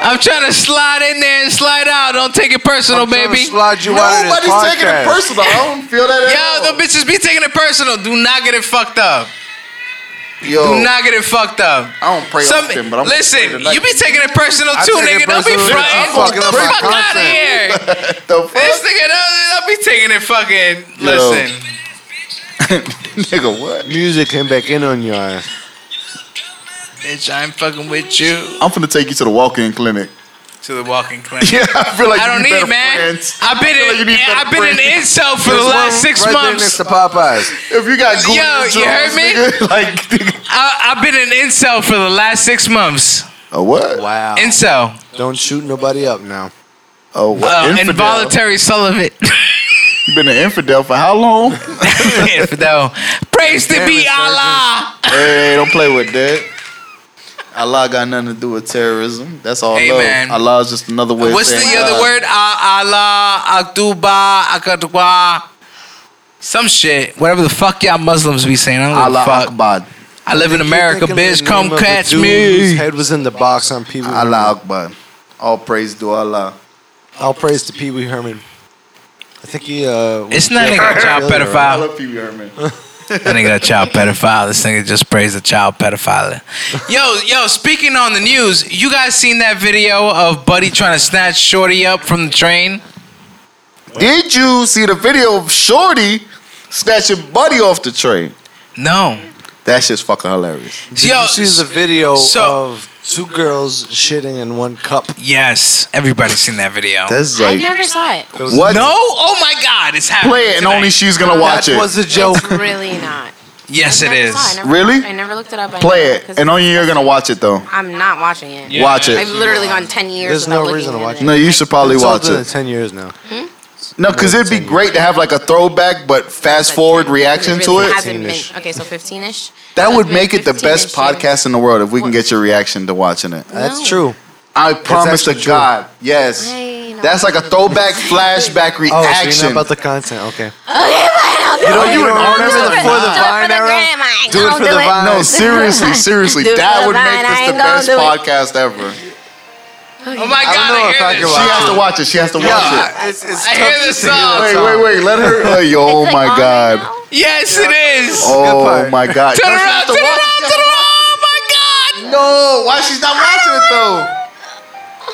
I'm trying to slide in there and slide out. Don't take it personal, baby. Tryna slide you out of this Nobody's taking podcast. it personal. I don't feel that Yo, at all. the bitches be taking it personal. Do not get it fucked up. Do Yo, not get it fucked up. I don't Oh. pray Some, often, but I'm listen, gonna pray tonight. you be taking it personal I too, take nigga. it Don't be personal. fronting. I'm fucking Get up the my fuck out of content. here. the This fuck, nigga don't, don't be taking it fucking. Yo. Listen, nigga, what? Music came back in on your ass. bitch, I'm fucking with you I'm finna take you to the walk-in clinic. to the walking clinic. Yeah, I feel like I don't you need, need better man. friends. I've been feel like you in, need better I've been an incel for the There's last one six right there next months. to Popeyes. If you got Google Yo, you heard me? Nigga, like, nigga, I, I've been an incel for the last six months. a what? Wow. Oh. Incel, Don't shoot nobody up now. Oh, what? uh, infidel. involuntary Sullivan. You been an infidel for how long? Infidel. Praise to be Allah. hey, don't play with that. Allah got nothing to do with terrorism. That's all Hey, love. man. Allah is just another way. What's of saying the other God. word? Ah, Allah, Aktuba, Akadwa. Some shit. Whatever the fuck y'all Muslims be saying. I don't give Allah a fuck. Akbar. I live in America, Thinking of bitch. the Come name of the catch dude whose me. Head was in the box on Pee Wee. Allah Akbar. All praise to Allah. All praise to Pee Wee Herman. I think he. Uh, was It's not jailed nigga a for child failure, right? pedophile. love Pee Wee Herman. That nigga a child pedophile. This nigga just praised a child pedophile. Yo, yo, speaking on the news, you guys seen that video of Buddy trying to snatch Shorty up from the train? Did you see the video of Shorty snatching Buddy off the train? No. That shit's fucking hilarious. Did yo, you see the video so- of two girls shitting in one cup? yes, everybody's seen that video. That's I like never saw it. what? no? Oh my god, it's happening. Play it, and tonight. only she's gonna watch that it. was a joke. It's really not. Yes, I it never saw is. I never- Really? I never looked it up. I Play never- it, 'cause and only you're gonna watch it though. I'm not watching it. Watch I've it. literally gone ten years. There's without no looking reason to at watch it. No, you should probably It's watch older than it. ten years now. No, because it'd be great to have like a throwback, but fast forward reaction to really it. hasn't been- Okay, so fifteen-ish. That would make it the best podcast in the world if we can get your reaction to watching it. That's No. true. Oh, I promise to actually true. God. Yes. I know. That's like a throwback, flashback Oh, so reaction. you're not about the content. you Okay. know, you don't don't remember remember the the for the Vine era? Do it for the Vine. No, seriously, seriously, Do it that for would the make Vine. I this the ain't gonna best do it. podcast ever. Oh my god, I, don't know if I hear can She this. Watch has to watch it. She has to watch it. it's, it's I hear this song. Wait, wait, wait. Let her. Oh, yo, oh my god. Yes, it is. Oh my god. Turn No, she around, has to turn watch it. around, turn around. Oh my god. No, why she's not watching it though? Oh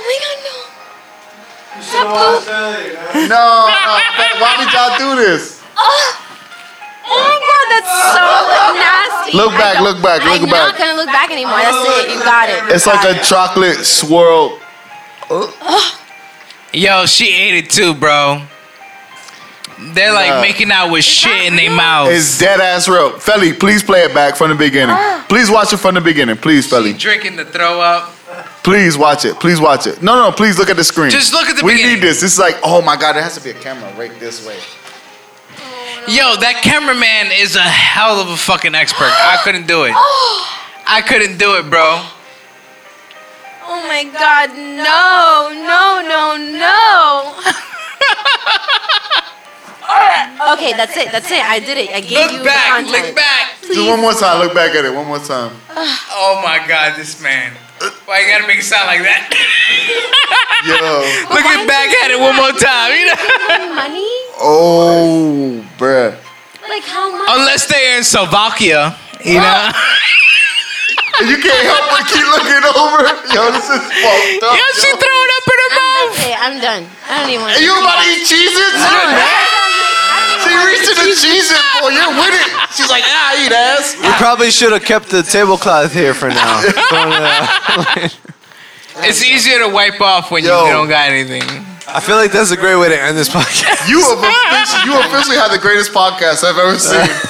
my No. uh, why did y'all do this? god, no! Oh my god, that's so nasty. Look back, look back, I'm look not back. gonna look back anymore. That's it. You got it. It's like a chocolate swirl. Yo, she ate it too, bro. They're like Nah. making out with shit in their real? mouths. It's dead ass real. Felly, please play it back from the beginning. Please watch it from the beginning. Please, Felly. Drinking the throw up. Please watch it. Please watch it. No, no, please look at the screen. Just look at the We beginning. need this. This is like, oh my god, there has to be a camera right this way. Yo, that cameraman is a hell of a fucking expert. I couldn't do it. I couldn't do it, bro. Oh my god, no, no, no, no. okay, that's it. That's it. I did it. I gave you Look the back, content. look back. Just one more time. Look back at it. One more time. Oh my god, this man. Why you gotta make it sound like that? Yo. look why at back did at it one more time. You know? My money? Oh, bruh. Like how much? Unless they're in Slovakia, you know. You can't help but keep looking over. Yo, this is fucked up. Yo, she yo. throwing up in her I'm, mouth. that's it. I'm done. I don't even want Are to. you about to eat Cheez-Its? She reached to the Cheez-It bowl. You're with it. She's like, ah, I eat ass. We probably should have kept the tablecloth here for now. uh, Throwing it out. It's easier to wipe off when Yo. you don't got anything. I feel like that's a great way to end this podcast. You have officially, you officially had the greatest podcast I've ever seen.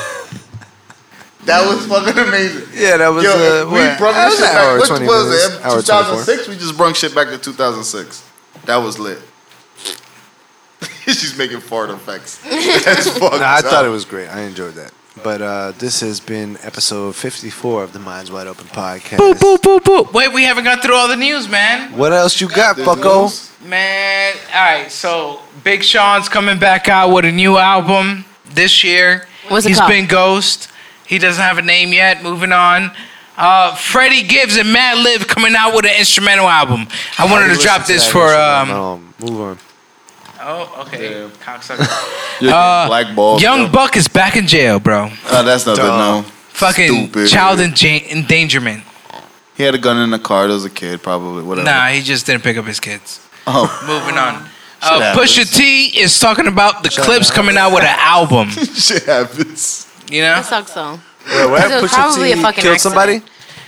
That was fucking amazing. Yeah, that was. Yo, uh, we what? brung That this was shit an back. hour, What 20 was minutes, it? hour 24. 2006. We just brung shit back to 2006. That was lit. She's making fart effects. That's fucked No, I up. thought it was great. I enjoyed that. But uh, this has been episode 54 of the Minds Wide Open podcast. Boop, boop, boop, boop. Wait, we haven't gone through all the news, man. What else you got, The fucko? news. Man, all right. So Big Sean's coming back out with a new album this year. What's it He's called? been Ghost. He doesn't have a name yet. Moving on. Uh, Freddie Gibbs and Mad Lib coming out with an instrumental album. I wanted to drop this for. Um, um, move on. oh, okay. Cocksucker. You're Uh, blackballed. Young bro. Buck is back in jail, bro. Uh, that's nothing. No. Fucking Stupid. child enja- endangerment. He had a gun in the car. There was a kid, probably. Whatever. Nah, he just didn't pick up his kids. Oh, Moving on. Shit Uh, happens. Pusha T is talking about the clips coming out with an album. shit happens. You know? That sucks though. Wait, what? It was Pusha probably T a fucking killed accident. somebody?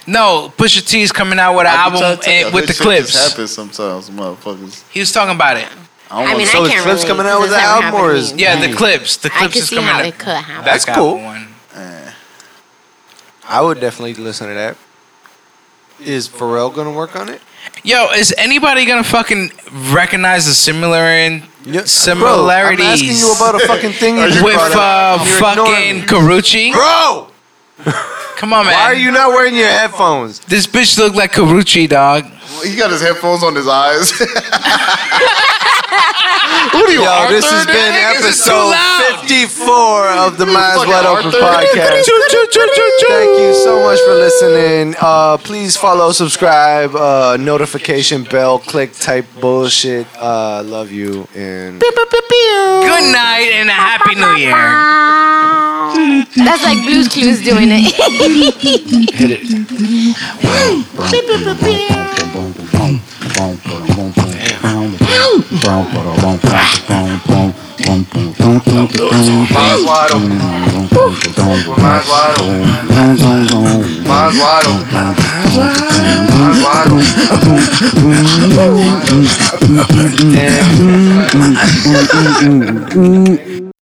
No, Pusha T is coming out with an I be trying album to tell and, y'all, with the this shit just clips. happens sometimes, motherfuckers. He was talking about it. don't I know- mean, So I is can't Clips relate, coming out with 'cause an that's never album, or happened is- to me, Yeah, the but clips. The I clips could is see coming how out. it could happen. Mm. That's Backup cool. One. I would definitely listen to that. Is Pharrell going to work on it? Yo, is anybody gonna fucking recognize the similar similarities Bro, I'm asking you about a fucking thing you Are just you with brought up. uh, You're ignoring fucking me. Karuchi? Bro! Come on, man. Why are you not wearing your headphones? This bitch look like Karuchi, dog. He got his headphones on his eyes. Who do you, Yo, Arthur? this has dude? been episode loud. 54 of the Minds fucking Wide Open Arthur. podcast. Thank you so much for listening. Uh, please follow, subscribe, uh, notification bell, click, type bullshit. Uh, love you and Good night and a happy new year. That's like Blues Clues doing it. Mine's wide open. Mine's wide open. Mine's wide open. Mine's wide open. damn.